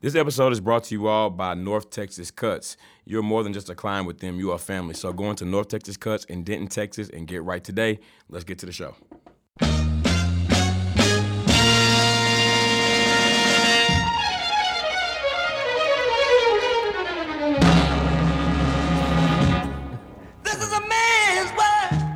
This episode is brought to you all by North Texas Cuts. You're more than just a client with them, you are family. So go into North Texas Cuts in Denton, Texas, and get right today. Let's get to the show. This is a man's world.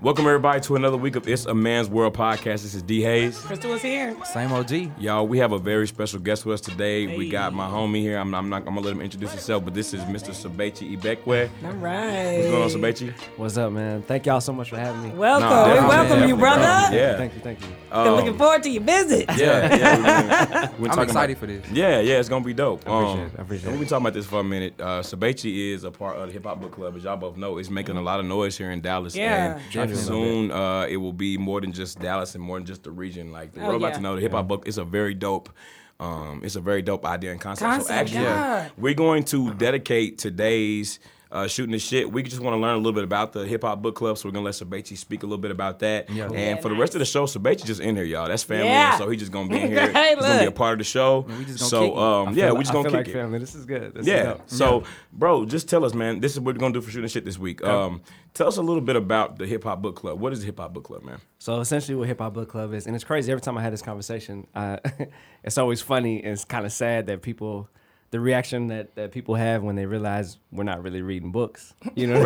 Welcome, everybody, to another week of It's a Man's World podcast. This is D Hayes. Crystal is here. Same OG. Y'all, we have a very special guest with us today. We got my homie here. I'm, I'm not. I'm gonna let him introduce himself, but this is Mr. Sabechi Ibekwe. All What's going right. on, Sabechi? What's up, man? Thank y'all so much for having me. Welcome. Nah, we definitely, welcome you, definitely, brother. yeah. Thank you, thank you. Been looking forward to your visit. Yeah, yeah. we I'm excited for this. Yeah, yeah, it's gonna be dope. Um, I appreciate it, I appreciate We've it. been talking about this for a minute. Uh, Sabechi is a part of the Hip Hop Book Club, as y'all both know. It's making a lot of noise here in Dallas. Yeah. and Definitely. soon uh, it will be more than just Dallas and more than just the region. Like the Oh, world about yeah. to know the Hip Hop Book is a very dope. Um, it's a very dope idea and concept. so Concept, actually, God. we're going to dedicate today's uh, shooting the shit. We just want to learn a little bit about the Hip Hop Book Club, so we're gonna let Sabechi speak a little bit about that. And Yeah, for the nice. rest of the show, Sabechi just in here, y'all. That's family, Yeah. so he just gonna be in here. Hey, He's gonna be a look. part of the show. we just gonna so kick it. um, yeah, we just gonna I kick feel like it. family. This is good. This Yeah. Is dope. So, bro, just tell us, man. This is what we're gonna do for shooting shit this week. Um, tell us a little bit about the Hip Hop Book Club. What is the Hip Hop Book Club, man? So essentially, what Hip Hop Book Club is, and it's crazy. Every time I had this conversation, uh, it's always funny. And it's kind of sad that people, the reaction that, that people have when they realize we're not really reading books. You know,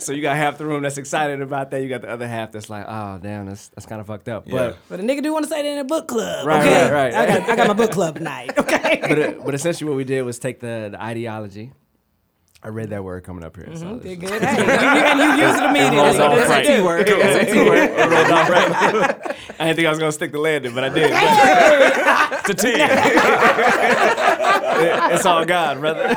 so you got half the room that's excited about that. You got the other half that's like, oh damn, that's that's kind of fucked up. But But a nigga do want to say that in a book club. Right, okay? right, right. I got, I got my book club night. Okay. but it, but essentially, what we did was take the, the ideology. I read that word coming up here. so this Did is- good. Hey, you, you, and you use it immediately. rolls off That's what right. you do. Word. Oh, I didn't think I was gonna stick the landing, but I did. It's a ten. it's all God, brother.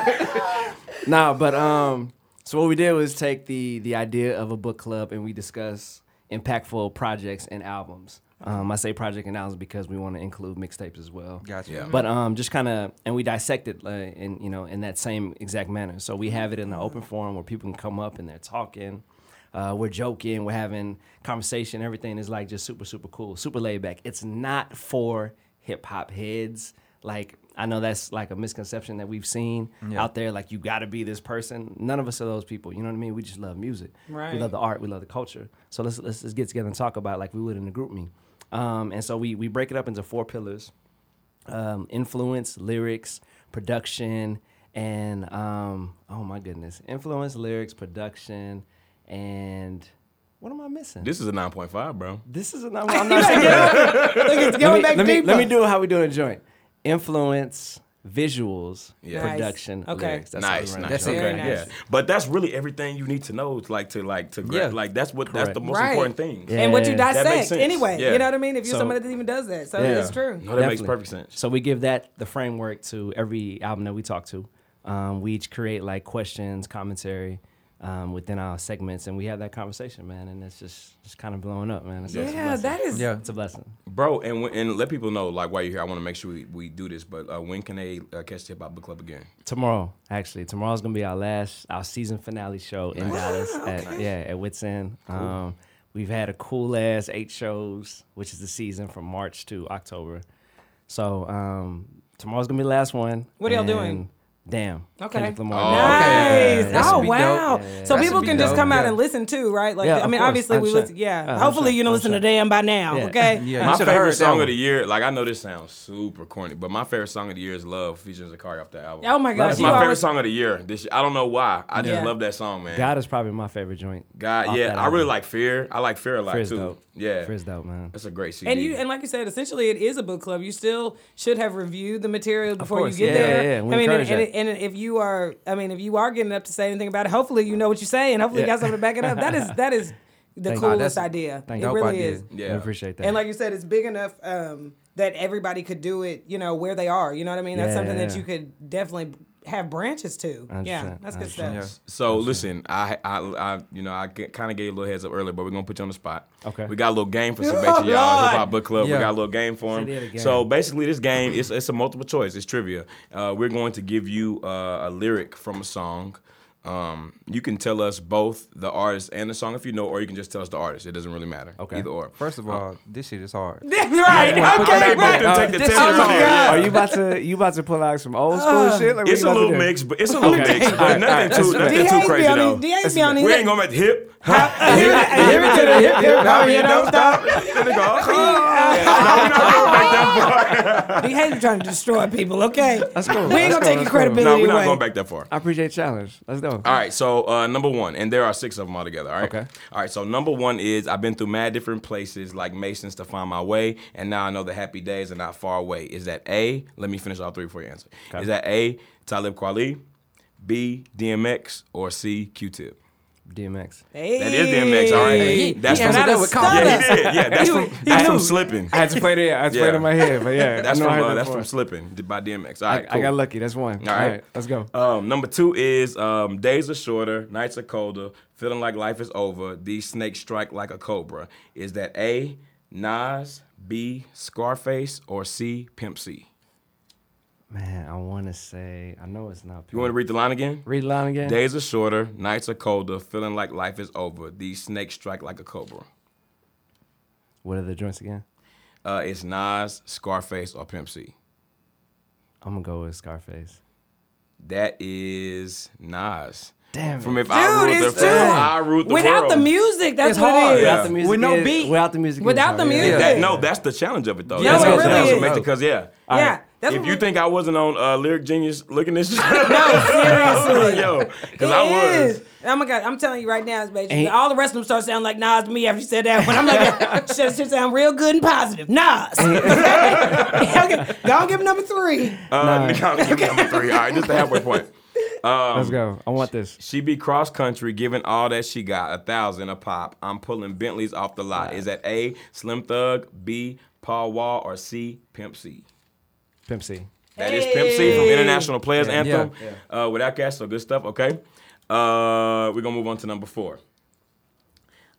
nah, but um, so what we did was take the the idea of a book club and we discuss impactful projects and albums. Um, I say project and albums because we want to include mixtapes as well. Gotcha. Yeah. But um, just kind of, and we dissect it uh, in you know in that same exact manner. So we have it in an open forum where people can come up and they're talking. Uh, we're joking, we're having conversation. Everything is like just super, super cool, super laid back. It's not for hip hop heads. Like I know that's like a misconception that we've seen out there. Like you got to be this person. None of us are those people. You know what I mean? We just love music. Right. We love the art. We love the culture. So let's let's just get together and talk about it like we would in a group me. Um, and so we we break it up into four pillars um, influence, lyrics, production, and um, oh my goodness, influence, lyrics, production, and what am I missing? This, this is a nine point five, bro. is a, I'm, I'm not saying. Look, it's let, going me, back let, me, deeper. let me do it how we do it in joint. Influence, visuals, Yeah. Nice. production, Okay. lyrics. That's how we nice, run it. nice. That's okay, Very nice. yeah. But that's really everything you need to know. to, Like to like to grab. Yeah. Like that's what that's Correct. the most Right. important thing. Yeah. And what you That makes dissect sense. anyway. Yeah. You know what I mean? If you're So- somebody that even does that. So Yeah. it's true. No, that makes Definitely. perfect sense. So we give that the framework to every album that we talk to. Um, we each create like questions, commentary um, within our segments, and we have that conversation, man. And it's just just kind of blowing up, man. It's, it's a Yeah, blessing. that is. Yeah. It's a blessing. bro. And when- and let people know like while you're here. I want to make sure we, we do this. But uh, when can they uh, catch the Hip Hop Book Club again? Tomorrow, actually, tomorrow's gonna be our last our season finale show in Dallas. At, yeah, at Wits End. Um, we've had a cool ass eight shows, which is the season from March to October. So um, tomorrow's gonna be the last one. What are y'all and doing? Damn. Okay. Kendrick Lamar. Oh, Nice. okay. That should Oh be wow. dope. Yeah. So That people should be can just dope. come out Yeah. and listen too, right? Like Yeah, I of mean, course. obviously I'm we sure. listen. Yeah. Yeah, I'm Hopefully sure. you don't I'm listen sure. to damn by now. Yeah. Okay. Yeah, my you should have favorite heard that song one. of the year, like I know this sounds super corny, but my favorite song of the year is "Love" featuring Zakari off the album. Oh my gosh. That's you my favorite always- song of the year. This year. I don't know why. I just Yeah. love that song, man. God is probably my favorite joint. God, off yeah. that I really album. like Fear. I like Fear a lot Fear's too. dope. Yeah, Fear's dope, man. that's a great CD. And you and like you said, essentially it is a book club. You still should have reviewed the material before course, you get yeah, there. yeah, yeah. We I mean, and, encourage and, and if you are, I mean, if you are getting up to say anything about it, hopefully you know what you say, and hopefully you Yeah. got something to back it up. That is that is the Thank you. coolest That's a idea. It thank you. Dope really idea. is. yeah, I appreciate that. And like you said, it's big enough um, that everybody could do it. You know where they are. You know what I mean? That's Yeah, something yeah, that yeah. you could definitely have branches to. Yeah, 100%, that's good 100%. stuff. Yeah. So listen, I, I, I, you know, I kind of gave you a little heads up earlier, but we're gonna put you on the spot. Okay. We got a little game for Oh, Sebastian, y'all. Hip Hop Lord. Book Club. We Yeah. got a little game for Say it him. again. So basically, this game is it's a multiple choice. It's trivia. Uh, we're going to give you uh, a lyric from a song. Um, you can tell us both the artist and the song if you know, or you can just tell us the artist. It doesn't really matter. Okay. Either or. First of all, this shit is hard. right. Okay, Okay. but then Right. Oh, take the this test. is hard. Yeah. Are you about to you about to pull out some old school shit? Like, what It's you a about to little do? mix, but it's a little mix, but nothing too nothing DA's too be crazy on though. these- DA's be on these- We ain't gonna make the hip. Give it to the hip, hip, hop, you know? stop. Then they go, He hates trying to destroy people, okay? That's cool. We ain't That's gonna take cool. your That's cool. credibility No, we're not away. going back that far. I appreciate challenge. Let's go. All right, so uh, number one, and there are six of them all together. All right. Okay. All right. So number one is I've been through mad different places, like Masons, to find my way, and now I know the happy days are not far away. Is that A? Let me finish all three before you answer. Is that A? Talib Kweli, B. DMX, or C. Q-Tip? DMX. That is DMX. All right. Hey. that's he from answered that with Yeah, confidence. he did. Yeah, that's from that's from slipping. I had to play it. I had to play it in my head, but yeah, That's I know from I heard uh, that that's before. from slipping by DMX. All I, right. I cool. got lucky. That's one. All right. All right, let's go. Um, number two is um, days are shorter, nights are colder, feeling like life is over. These snakes strike like a cobra. Is that A, Nas, B, Scarface, or C, Pimp C? Man, I want to say I know it's not. You want to read the line again? Read the line again. Days are shorter, nights are colder, feeling like life is over. These snakes strike like a cobra. What are the joints again? Uh, it's Nas, Scarface, or Pimp C. I'm gonna go with Scarface. That is Nas. Damn it. From if I Dude, ruled the, it's from dude. If I ruled the Without world. the music, that's It's what hard. it is. Without the music With is- no beat. without the music is Without hard, the yeah. music. That- no, that's the challenge of it though. Yeah, that's it what really that's what is. makes it because yeah. Yeah. That's If what you we- think I wasn't on uh, Lyric Genius looking this shit, No, seriously. yo, because I was. Oh my god, I'm telling you right now, it's basically Ain't- all the rest of them start sounding like Nas to me after you said that one. I'm like, should, should sound real good and positive. Nas. okay. Y'all give him number three. Uh, give me number three. All right, just the halfway point. let's go. I want this. She be cross country, giving all that she got, a thousand a pop. I'm pulling Bentleys off the lot. Is that A, Slim Thug, B, Paul Wall, or C, Pimp C? Pimp C. That is Pimp C from International Players Anthem. yeah, Uh, with Outkast, so good stuff. Okay, uh, we're gonna move on to number four.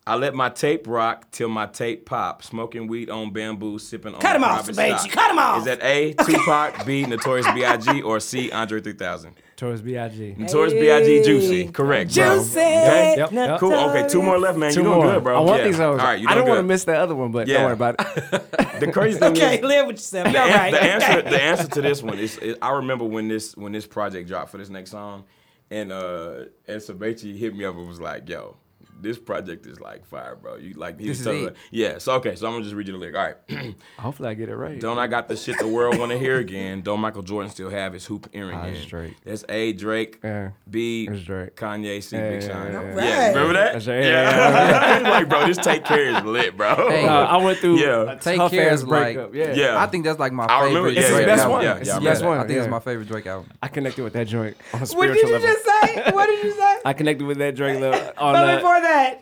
I let my tape rock till my tape pop. Smoking weed on bamboo, sipping on Cut 'em off, private Sabaji, stock. cut 'em off. Is that A. Tupac, B. Notorious B.I.G. or C. Andre 3000? Towards B.I.G. Notorious B.I.G. Juicy, correct. bro. Juicy. Okay. Yep, yep. Cool. Okay, two more left, man. Two you doing more. good, bro. I want Yeah. these hoes. All right, you I doing don't want to good. miss that other one, but Yeah. don't worry about it. The crazy thing is, Okay, live with yourself. You're the, all an- right. the answer the answer to this one is, is- I remember when this when this project dropped for this next song, and uh and Sabachi hit me up and was like, "Yo, this project is like fire, bro. You like he was This is telling it. like, yeah. So okay, so I'm gonna just read you the lyric. All right, Hopefully, I get it right. don't I got the shit the world wanna hear again? Don't Michael Jordan still have his hoop earring? Ah, it's in? Drake. That's A Drake. Yeah. B It's Drake. Kanye C Yeah, Big yeah, Sean. yeah, yeah. Yeah, remember that? That's right. Yeah, like, bro, this take care is lit, bro. No, I went through Yeah. a Take tough Care ass is like- breakup. yeah. Yeah. I think that's like my I favorite. remember- yeah, It's Drake the best album. one. Yeah, it's yeah, I the best remember one. I think yeah. it's my favorite Drake album. I connected with that joint on a What spiritual did you level. just say? What did you say? I connected with that Drake level on But uh, before that,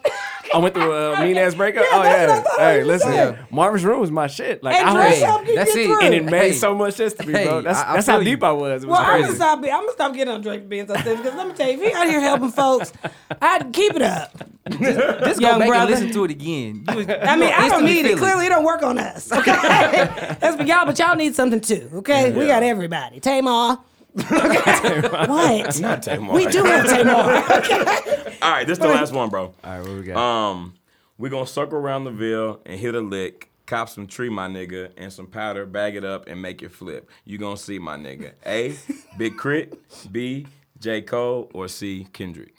I went through a mean ass breakup. Yeah, oh that's what I yeah. thought Hey, you listen. said. Marvin's room was my shit. Like and I Drake was, Hey, helped you that's get it. through. and it made Hey, so much sense to me, hey, bro. That's, I- I that's how feel deep you. I was. It was Well, I'm crazy. gonna stop. I'm gonna stop getting on Drake for being so serious because let me tell you, if he out here helping folks, I'd keep it up. Just Young go back brother. and listen to it again. You was- I mean, you gonna I don't instantly need it. feel Clearly, it don't work on us. Okay, that's for y'all, but y'all need something too. Okay, we got everybody. Tamar. Okay. what? Not Tamar. We do have Tamar. Okay. All right, this is the last one, bro. All right, what we got? Um, we're gonna circle around the ville and hit a lick, cop some tree, my nigga, and some powder, bag it up and make it flip. You gonna see, my nigga. A, Big Crit, B, J. Cole, or C, Kendrick.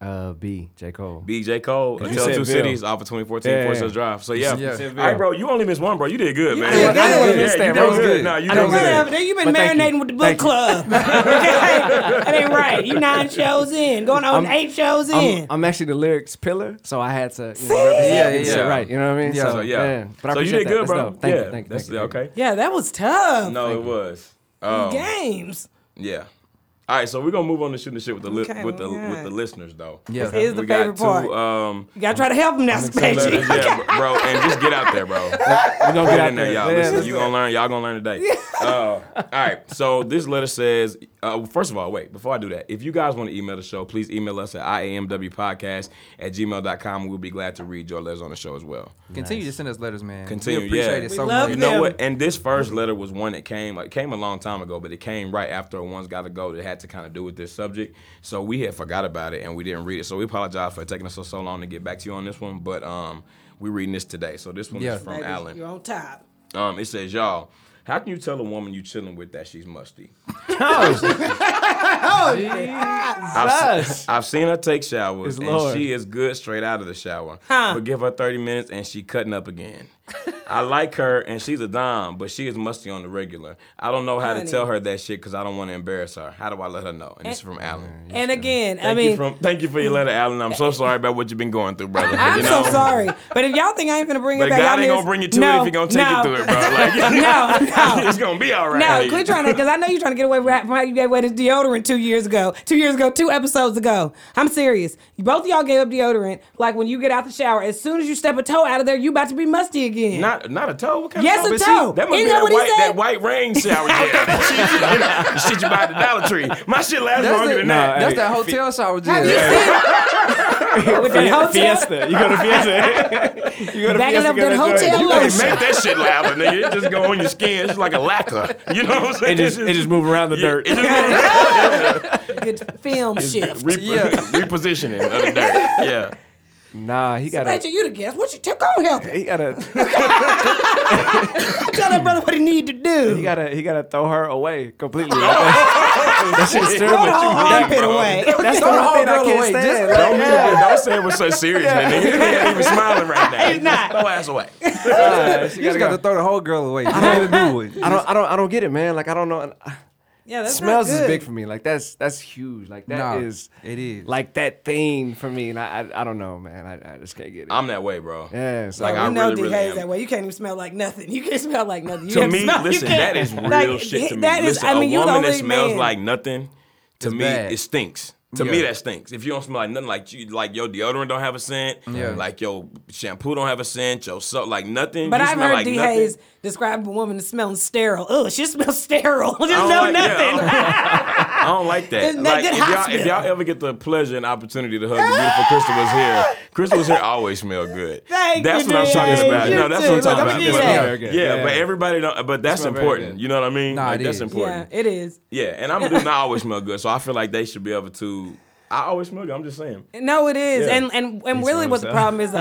Uh, B. J Cole. B, J. Cole, Until said Two Ville. Cities off of 2014 Yeah, yeah. Forest Hills Drive. So yeah. Yeah. You All said right, bro, you only missed one, bro. You did good, man. did Yeah, good. I didn't Yeah, understand. you That did was good. good. Nah, you I did don't good. Whatever. You've been But thank marinating you. with the book Thank you. club. Okay, that ain't right. You nine shows in, going on I'm- eight shows in. I'm, I'm actually the lyrics pillar, so I had to you know, Yeah, represent yeah, the shit yeah. right. You know what I mean? Yeah. So yeah. But I so you appreciate did that. good, That's bro. dope. Thank yeah. you, thank you, That's thank you. Oh, okay. yeah, that was tough. No, it was. Um, Games. Yeah. All right, so we're gonna move on to shooting the shit with the li- Okay, with the alright. with the listeners though. Yeah. This is the we got favorite two part. um You gotta try to help him now, Spanky. letters, yeah, bro, and just get out there, bro. We're gonna Get get in there, y'all. Listen, you gonna learn. Y'all gonna learn today. Uh, all right. So this letter says. Uh, first of all, wait. Before I do that, if you guys want to email the show, please email us at iamwpodcast at gmail.com. We'll be glad to read your letters on the show as well. Continue to send us letters, man. Continue, We appreciate yeah. it so We love much. You them. know what? And this first letter was one that came like came a long time ago, but it came right after a one's got to go that had had to kind of do with this subject. So we had forgot about it and we didn't read it. So we apologize for taking us so, so long to get back to you on this one, but um, we're reading this today. So this one Yeah. is from Baby, Alan. You're on top. Um, it says, y'all, how can you tell a woman you chilling with that she's musty? I've, se- I've seen her take showers, and Lord. she is good straight out of the shower. Huh. But give her 30 minutes, and she cutting up again. I like her, and she's a dime, but she is musty on the regular. I don't know how to Honey. tell her that shit because I don't want to embarrass her. How do I let her know? And this is from Alan. And again, I Thank, mean, eh, you from, thank you for your letter, Alan. I'm so sorry about what you've been going through, brother. I'm You know? so sorry. But if y'all think I ain't gonna bring But it back, God y'all ain't niggas- gonna bring you to it if you're gonna take no, you through it, bro. Like, No, no. it's gonna be all right. No, quit trying to, because I know you're trying to get away with- from how you gave away this deodorant two years ago. Two years ago, two episodes ago. I'm serious. Both of y'all gave up deodorant. Like when you get out the shower, as soon as you step a toe out of there, you about to be musty again. Not not a toe. What kind Yes, of toe? a But toe. that must Ain't be that that what he white, said? that white rain shower gel. That shit, you know, shit you buy at the Dollar Tree. My shit lasts That's longer the- than no, that. That's that hotel shower Have gel. you seen with that hotel? Fiesta. You go to Fiesta. you go to Backing Fiesta. up that get a joint. hotel You can't lotion. make that shit louder, nigga. It just go on your skin. It's like a lacquer. You know what I'm saying? It just, it just move around the Yeah, dirt. it just- Good film shift. Re- Repositioning of the dirt. Yeah. Nah, he got Rachel, a. you the guest. What you took on help? He got a. Tell that brother what he need to do. He got to. He got to throw her away completely. that shit's Throw the terrible. whole armpit bro. away. That's the Throw the one whole thing I girl can't away. Just- stand. Don't, mean it- don't say it with such seriousness, nigga. You ain't even smiling right now. He's not. Throw ass away. Nah, she You gotta just got to throw the whole girl away. You don't even do it. I don't, I don't, I don't get it, man. Like I don't know. Yeah, that's Smells not is good. big for me. Like that's that's huge. Like Nah, that is it is. like that thing for me. And I, I, I don't know, man. I, I just can't get it. I'm that way, bro. yeah, so like, We I know really, D really Hayes am. that way. You can't even smell like nothing. You can't smell like nothing. You to have me, smell, you listen, can't- that is real Like, shit to me. that is- listen, I mean, a you the woman that only smells man. like nothing, to It's me, bad. it stinks. To me, Yeah. that stinks. If you don't smell like nothing, like you, like your deodorant don't have a scent, Yeah. like your shampoo don't have a scent, your soap, like nothing. But you I've smell heard like D nothing. Hayes describe a woman as smelling sterile. Oh, she smells sterile. Just I don't like- know Oh, yeah, I nothing. don't- I don't like that. Isn't that Like, good if, y'all, hospital? if y'all ever get the pleasure and opportunity to hug the beautiful Crystal was here, Crystal was here always smell good. Thank that's you, what I'm talking Dre. about. You No, that's too. what I'm talking Look, about. I'm But- getting yeah, there. Very good. yeah, Yeah. but everybody don't. But that's Smell very important. good. You know what I mean? Nah, like, it that's is. important. Yeah, it is. Yeah, and I'm do not always smell good, so I feel like they should be able to. I always smell good. I'm just saying. No, it is, Yeah. and and and really, what the so. problem is, the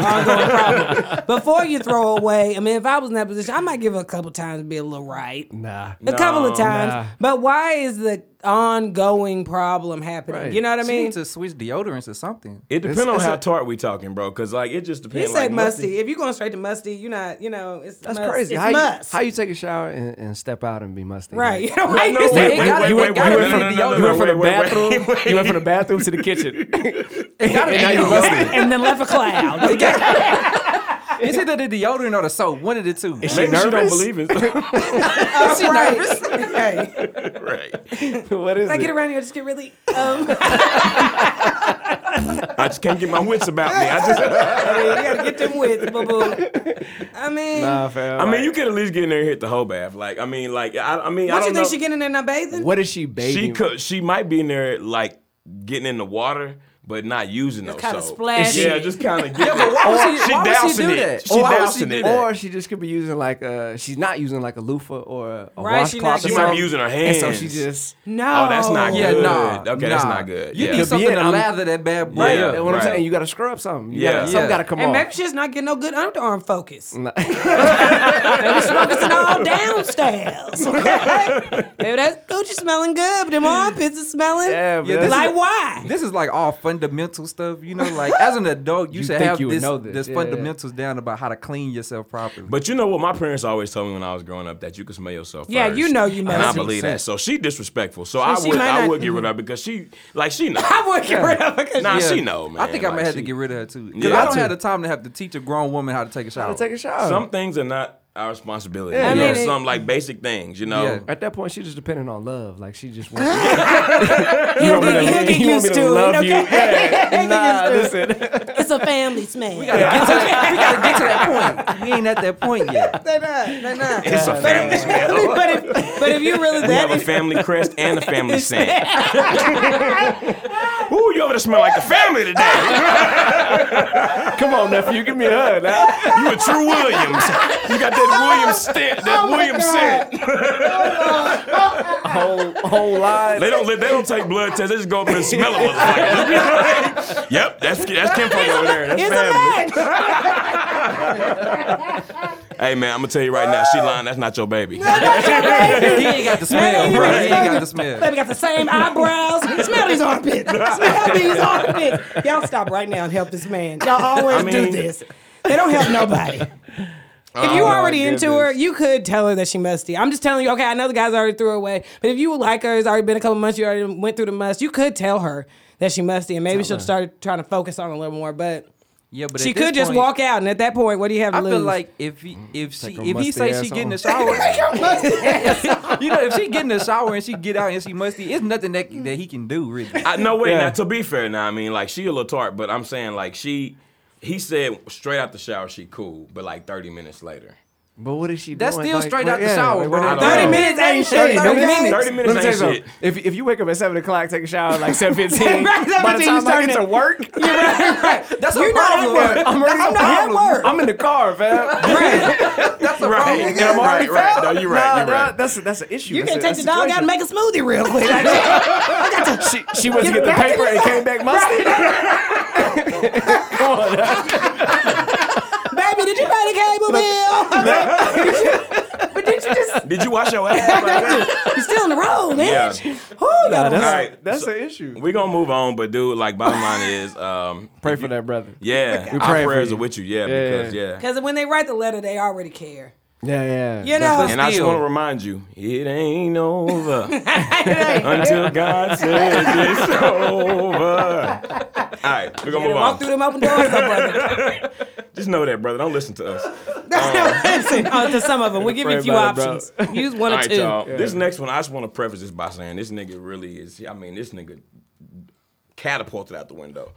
ongoing problem. Before you throw away, I mean, if I was in that position, I might give it a couple times and be a little right. nah. A couple of No, times, nah. but why is the ongoing problem happening? Right. You know what I She mean? needs to switch deodorants or something. It depends on it's how a- tart we talking, bro. Cause like it just He depends. said like, musty. If you're going straight to musty, you're not. You know, it's That's must. crazy. It's how, must. You, how you take a shower and, and step out and be musty? right? You Like, know why no, you wait, say it wait, gotta- wait, you went, wait, you wait, no, went from, no, no, no, you went no, from the wait, wait, bathroom. wait, wait. You went from the bathroom to the kitchen. and, now you're musty. and then left a cloud. It's either the deodorant or the soap. One of the two. Maybe she don't believe it. That's Oh, right. Okay. right. what is I get it? around here, I just get really. Um, I just can't get my wits about me. I just. I mean, you gotta get them with boo boo. I mean, Nah, fam. I mean, you could at least get in there and hit the whole bath. Like, I mean, like, I, I mean, I don't you don't think know. she getting in there bathing? what is she baby? she could. She might be in there like getting in the water, but not using those. kinda soap. splashing Yeah, it. just kind of. Yeah, but why would she- She why would she dousing do it. that? She why would dousing she, it. Or she just could be using like a. She's not using like a loofah or a, a Right, she not washcloth. or She might be something. using her And hands. so she just. No. Oh, that's not Yeah, good. nah. Okay, that's nah. not good. You Yeah. need Could be something it, to I'm- lather that bad boy Right. up. That's what Right. I'm saying. You got to scrub something. You Yeah. gotta, something Yeah. got to come And off. maybe she's not getting no good underarm focus. maybe she's focusing all downstairs. Okay? maybe that coochie smelling good, but them armpits are smelling Yeah, but Yeah, that's- this like why? This is like all fundamental stuff, you know. Like as an adult, you, You should think have you would this, know this. this Yeah, yeah. fundamentals down about how to clean yourself properly. But you know what? My parents always told me when I was growing up that you could smell yourself. Yeah, first. you know you And I mess with believe that. So she disrespectful. So, So I she would, might I not- would get rid of her because she, like, she know. I would get rid of it 'cause nah, Yeah. she know, man. I think I might Like, have to she- get rid of her too. Because Yeah. I Got don't to. have the time to have to teach a grown woman how to take a shower. Gotta take a shower. Some things are not our responsibility. Yeah. you I know, mean, it- some like basic things. You know, Yeah. At that point, she's just depending on love. Like she just wants. He'll me get, to- he'll get you want me used to to it. love Okay? you? He'll get nah, used to it. listen. It's a family smell. we gotta get to that point. We ain't at that point yet. They're not. They're not. it's a family smell. but, if, but if you really We have that a family crest and a family scent. Ooh, you over there smell like the family today. Come on, nephew, give me a hug. Now. You a true Oh, Williams. You got that Williams scent. That Williams scent. whole whole line. They don't li- they don't take blood tests. They just go up and smell a motherfucker. yep, that's that's kinfolk over there. That's It's family. a man. Hey man, I'm gonna tell you right now, she lying. That's not your baby. He ain't got the smell, ain't bro. even He ain't got the smell. Baby got the same eyebrows. Smell these armpits. Smell these armpits. Y'all stop right now and help this man. Y'all always I do mean- Oh, this. They don't help nobody. If you already into her, you could tell her that she musty. I'm just telling you, okay, I know the guys already threw her away, but if you like her, it's already been a couple months, you already went through the must, you could tell her that she musty, and maybe she'll start trying to focus on it a little more. But Yeah, but she at this could just point, walk out, and at that point, what do you have to I lose? feel like if he, if she a if he Mm-hmm. musty say ass she get in the on. shower, you know if she get in the shower and she get out and she musty, it's nothing that that he can do really. I, no wait. Now to be fair, now I mean like she a little tart, but I'm saying like she, he said straight out the shower she cool, but like 30 minutes later. But what is she That's doing? still Like, straight what- out the yeah, shower, like, bro. what- I thirty don't know. minutes ain't shit. 30 Thirty minutes. minutes. 30 minutes Let me tell you ain't something. shit. If, if you wake up at seven o'clock, take a shower at like seven fifteen. Right, by the 7:15, you time I get to starting work, That's You're not at a problem. work. I'm I'm not at work. I'm in the car, fam. That's a Right, Oh problem. and I'm right, right. No, you're right. Nah, You're nah, right. That's that's an issue. You That's can a- take that's the a dog out and situation. make a smoothie real quick. Like, I got to She, she went to Get get the back in paper the and came back musty. Baby, did you pay the cable bill? but did you just? Did you wash your ass? Like that? You're still in the road, Yeah. bitch. Who Nah, that's All right, that's so- an issue. We gonna move on, but dude, like bottom line is, um, Pray for that brother. yeah, We our praying for prayers you. are with you. Yeah, Yeah. because yeah. Because when they write the letter, they already care. Yeah, yeah. You know, And I just Still. want to remind you, it ain't over until God says it's over. All right, we're gonna move walk on. through them open doors, though, brother. Just know that, brother. Don't listen to us. Listen, uh, to some of them, we're giving Pray a few Uh-huh. about it, bro. options. Use one All or right, two. y'all. This next one, I just want to preface this by saying this nigga really is. I mean, this nigga catapulted out the window.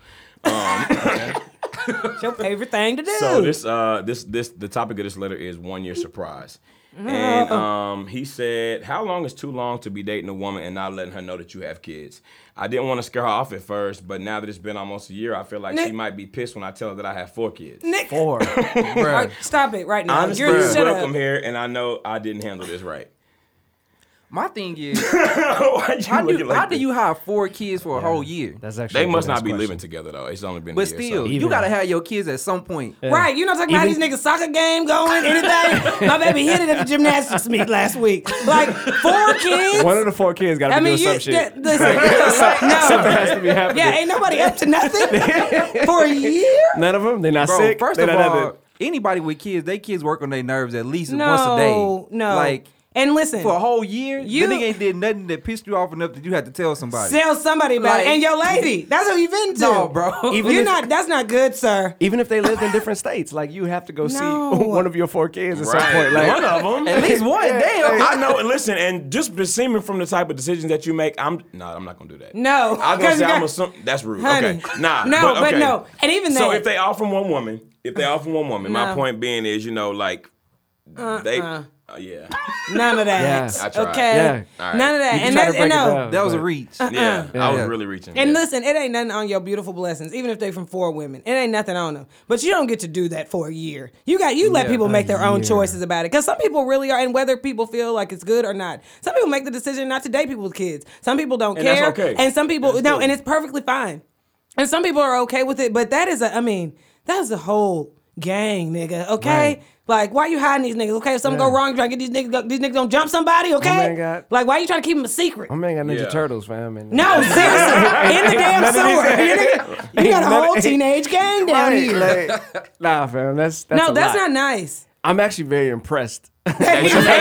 It's your favorite thing to do. So this, uh, this, this, the topic of this letter is one year surprise, Mm-hmm. Oh. and um, he said, "How long is too long to be dating a woman and not letting her know that you have kids?" I didn't want to scare her off at first, but now that it's been almost a year, I feel like she Nick- might be pissed when I tell her that I have four kids. Nick, Or, bruh. stop it right now. Honestly, You're what shut up. up. I'm here, and I know I didn't handle this right. My thing is, Why you how do looking you, like how do this? you have four kids for a whole year? That's actually They a must good-ass not be question. living together though. It's only been. But a year, still, so. you gotta have your kids at some point. Right, you know, talking about these Even- niggas soccer game going, anything. My baby hit it at the gymnastics meet last week. Like four kids. One of the four kids got to I be mean, doing you some shit. th- listen, no, Something has to be happening. yeah, ain't nobody up to nothing for a year. None of them. They're not Bro, sick. first they of not all, nothing. anybody with kids, they kids work on their nerves at least No, once a day. no, Like and listen, for a whole year, You- you the nigga ain't did nothing that pissed you off enough that you had to tell somebody. tell somebody about it. Like- And your lady, that's who you've been to, No, bro. Even You're if- not. That's not good, sir. even if they lived in different states, like you have to No. go see one of your four kids at some Right. point. Like one of them. at least one, damn. I know. and Listen, and just seeming from the type of decisions that you make, I'm no, I'm not gonna do that. No, I'm gonna because say you I'm got- assuming that's rude. Honey. Okay, nah, No, but, but okay. no. And even so, that- if they all from one woman, if they all from one woman, my No. Uh-uh. point being is, you know, like they, uh, yeah, None of that. Yeah. I tried. Okay. Yeah. All right. None of that. You can and try to that's and break it no. down. That was a But- reach. Uh, yeah, I was Yeah. really reaching. And yeah. listen, it ain't nothing on your beautiful blessings, even if they from four women. It ain't nothing on them. But you don't get to do that for a year. You got you let people make their own choices about it. Because some people really are, and whether people feel like it's good or not, some people make the decision not to date people with kids. Some people don't And that's care, okay. and some people That's no, good. and it's perfectly fine. And some people are okay with it, but that is a, I mean, that's a whole gang, nigga. Okay. Like, why you hiding these niggas? Okay, if something go Yeah. wrong, you trying to get these niggas. These niggas don't jump Oh somebody. Okay, man got- like, why you trying to keep them a secret? My oh, man got Ninja Yeah. Turtles, fam. And No, seriously, in the damn sewer. You got a None of- whole teenage gang down Right, here. like, nah, fam. That's, that's no, a that's not lot. nice. I'm actually very impressed.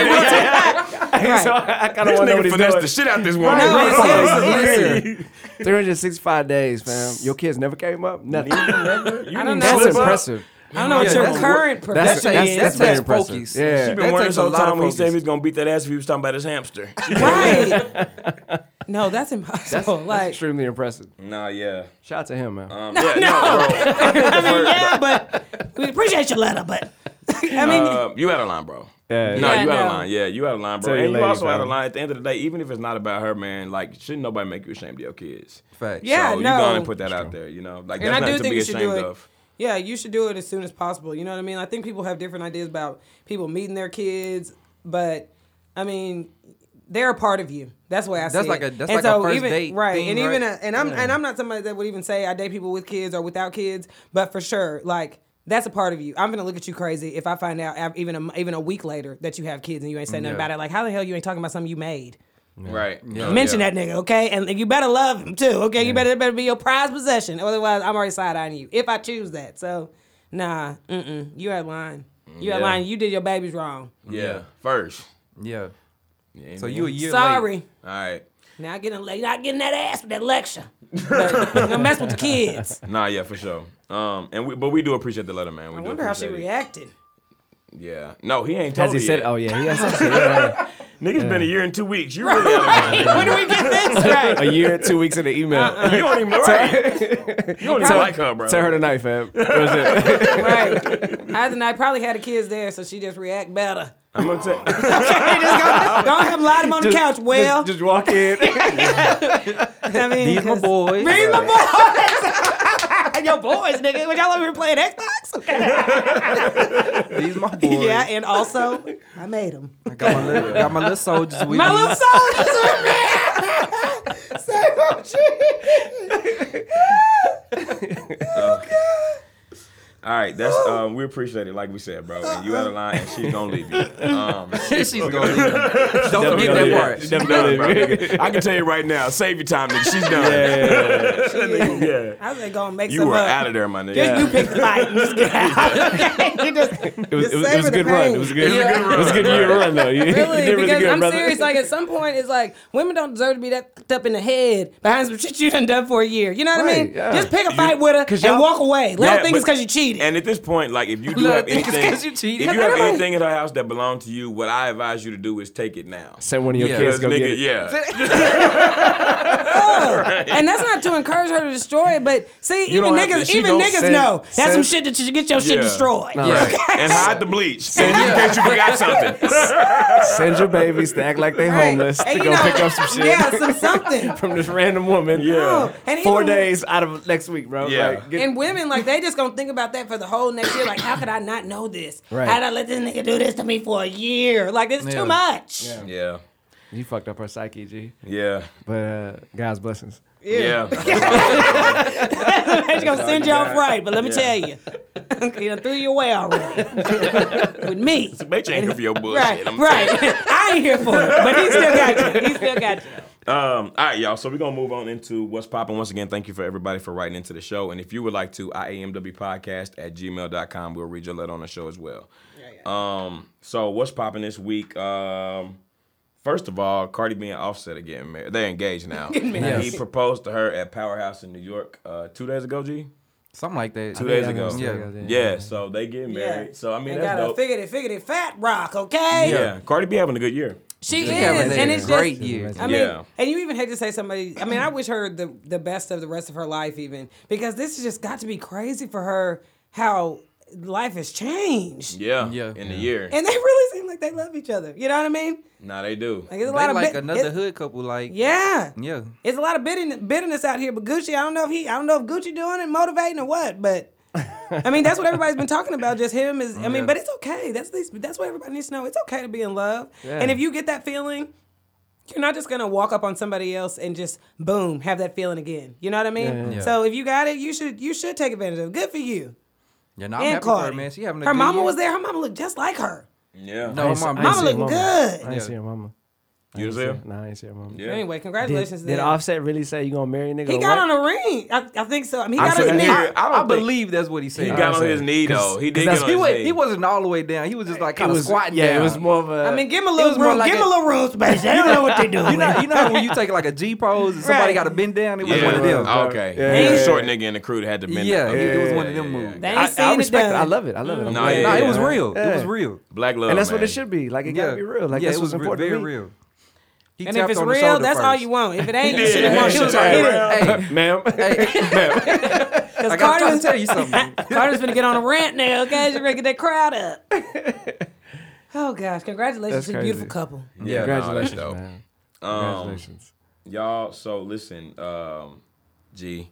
so I, I this kind of want to know what nigga he's finessed doing. the shit out this woman. No, Right. seriously. 365 days, fam. Your kids never came up. Nothing. You didn't don't know. that's slip up. impressive. I don't know what Yeah, your that's- current That's, that's, profession a- that's, is. that's very fast impressive. focus. She Yeah. been That wondering takes a lot of sometime when he said focus. he was gonna beat that ass if he was talking about his hamster. right. No, that's impossible. That's like, extremely impressive. nah, yeah. Shout out to him, man. Um, yeah, no, bro. I mean, yeah, but we appreciate your letter, but I mean, Uh, you out of line, bro. Yeah, no, yeah. you out of No. line. Yeah, you out of line, bro. Tell your and you lady, also out bro. of line. At the end of the day, even if it's not about her, man, like shouldn't nobody make you ashamed of your kids. Facts. Yeah, so you no. gonna put that out there, you know. Like and that's I do nothing to think be you should do ashamed it. of. Yeah, you should do it as soon as possible. You know what I mean? I think people have different ideas about people meeting their kids, but I mean, They're a part of you. That's why I That's see like it. a- that's and like a so first even, date right? thing, and even right? a, and I'm and I'm not somebody that would even say I date people with kids or without kids, but for sure, like that's a part of you. I'm gonna look at you crazy if I find out av- even a, m- even a week later that you have kids and you ain't saying nothing Yeah. about it. Like how the hell you ain't talking about something you made? Right. Mention that nigga, okay? And you better love him too, okay? You better it better be your prized possession. Otherwise, I'm already side eyeing you if I choose that. So, nah, mm-mm, you had lying. You had Yeah. lying. You did your babies wrong. Yeah. First. Yeah. Yeah, So man. you a year Sorry. late. All right. Not getting late. Not getting that ass with that lecture. But Don't mess with the kids. Nah, yeah, for sure. Um, and we, but we do appreciate the letter, man. We I do wonder how she appreciate it. reacted. Yeah. No, he ain't Has told he you. said? yet. Oh yeah, he has some shit, yeah. Niggas been a year and two weeks. You really out Hey, when do we get this right? a year, two weeks in the email. of- Uh-uh. You don't even know. Right. You don't even like her, bro. Tell her tonight, fam. That's it. right. I and I probably had the kids there, so she just react better. I'm gonna tell. Hey, just go- don't have lied him on the couch. Well, just walk in. I mean, These my 'cause- boys. These my boys. Your boys, nigga. What y'all over here playing Xbox? These my boys. Yeah, and also I made them. I got my little, got my little soldiers with My me. little soldiers are mad. Say what All right, that's um, we appreciate it, like we said, bro. And you out of line, and she's gonna leave you. Um, She's gonna leave. Don't forget yeah, that part. she's done, bro. I can tell you right now, save your time, nigga. She's done. Yeah, you. I was like, gonna make you some were up. out of there, my nigga. Just you pick the fight and just get out. You just- It just was, it was, it savor was a the good run. pain. It was a good, Yeah. it was a good year run, though. You, you did Really, really because good, I'm brother. serious. Like at some point, it's like women don't deserve to be that fucked up in the head behind some shit you done done for a year. You know what I Right, mean? yeah. Just pick a fight with her and walk away. Let her Yeah, think it's but- because you cheated. And at this point, like if you do Look, have I think it's anything, 'cause you if cheated. you have Everybody- anything in her house that belongs to you, what I advise you to do is take it now. Send one of your Yeah. Because kids go nigga, get it. yeah, Oh. and that's not to encourage her to destroy it, but see, even don't have niggas, to. She even don't niggas send- know that's send- some shit that you should get your Yeah. shit destroyed. Right. and hide the bleach in case you forgot something. Send your babies to act like they Right. homeless And to you go know- pick up some shit Yeah, some something. from this random woman. Yeah. And Four even- days out of next week, bro. Yeah. Like, get, And women, like, they just gonna think about that for the whole next year. Like, how could I not know this? Right. How did I let this nigga do this to me for a year? Like, it's Yeah. too much. Yeah, you fucked up her psyche, G. yeah, But uh, God's blessings. yeah. She's gonna send you off right, but let me tell you, you done threw you away already with me. Bitch ain't here for your bullshit. Right, I'm right. I ain't here for it, but he still got you. He still got you. Um, all right, y'all. So we're gonna move on into what's popping. Once again, thank you for everybody for writing into the show. And if you would like to, iamwpodcast at gmail.com. We'll read your letter on the show as well. Um, so what's popping this week? Um, first of all, Cardi B and Offset are getting married. They're engaged now. married. He proposed to her at Powerhouse in New York uh, two days ago. G. Something like that. Two days ago. Yeah. Yeah. So they getting married. So I mean, and that's got dope. a figured it, figured it, fat rock, okay? yeah. Cardi B having a good year. She Yeah, is, but and they- it's great just, year. I mean, Yeah. and you even hate to say somebody. I mean, I wish her the the best of the rest of her life, even because this has just got to be crazy for her. How life has changed, Yeah. Yeah. In the year. and they really seem like they love each other. You know what I mean? nah, they do. Like it's a They lot of like bit- another it- hood couple. Like Yeah, yeah. It's a lot of bittern- bitterness out here, but Gucci, I don't know if he, I don't know if Gucci doing it, motivating or what, but I mean that's what everybody's been talking about. Just him is, I mean, Yeah. but it's okay. That's these, that's what everybody needs to know. It's okay to be in love, Yeah. and if you get that feeling, you're not just gonna walk up on somebody else and just boom have that feeling again. You know what I mean? Yeah, yeah, yeah. So if you got it, you should you should take advantage of. it. Good for you. Yeah, nah, I'm and happy for Cardi, her, man. She having a her good mama year. was there. Her mama looked just like her. Yeah. I No, her ain't see- mama. I ain't Mama see look her good. I ain't Yeah. see her mama. You was there? Nah, I ain't see her mama. Yeah. Anyway, Did, congratulations. did then. Offset really say you gonna marry a nigga? he to got on what? a ring. I, I think so. I mean, he got I'm on his saying- knee. I don't I think- believe that's what he said. He got on saying. his knee 'Cause- though. He 'cause did that's- get on He his was. knee. He wasn't all the way down. He was just like It kind of was squatting. Yeah, it down. was more of a. I mean, give him a was little more room. like give a- him a little room space. They don't know what they doing. You know, you know how when you take like a G pose and somebody Right. got to bend down. It was Yeah. one of them. bro. Oh, Okay. Yeah. He was Yeah. a short nigga in the crew that had to bend. Yeah, up. it was one of them moves. They ain't I, seen I respect it it. done. I love it. I love it. I'm Nah, glad. yeah, Nah, yeah. it was real. It Yeah. was real. Black love. And that's what man. it should be. Like it Yeah, gotta be real. Like yeah, this it was was re- important very to me. real. He And if tapped it's on the real, shoulder that's all first. you want. If it ain't, you Yeah. shouldn't Yeah. want She shit. was like, hey, Ma'am, Because I got Carter to was, tell you something. Carter's gonna get on a rant now. Okay, she's gonna get that crowd up. Oh gosh, congratulations That's to the beautiful crazy. couple. Yeah, nah, that's congratulations, dope. man. Um, Congratulations. y'all, so listen, um, G,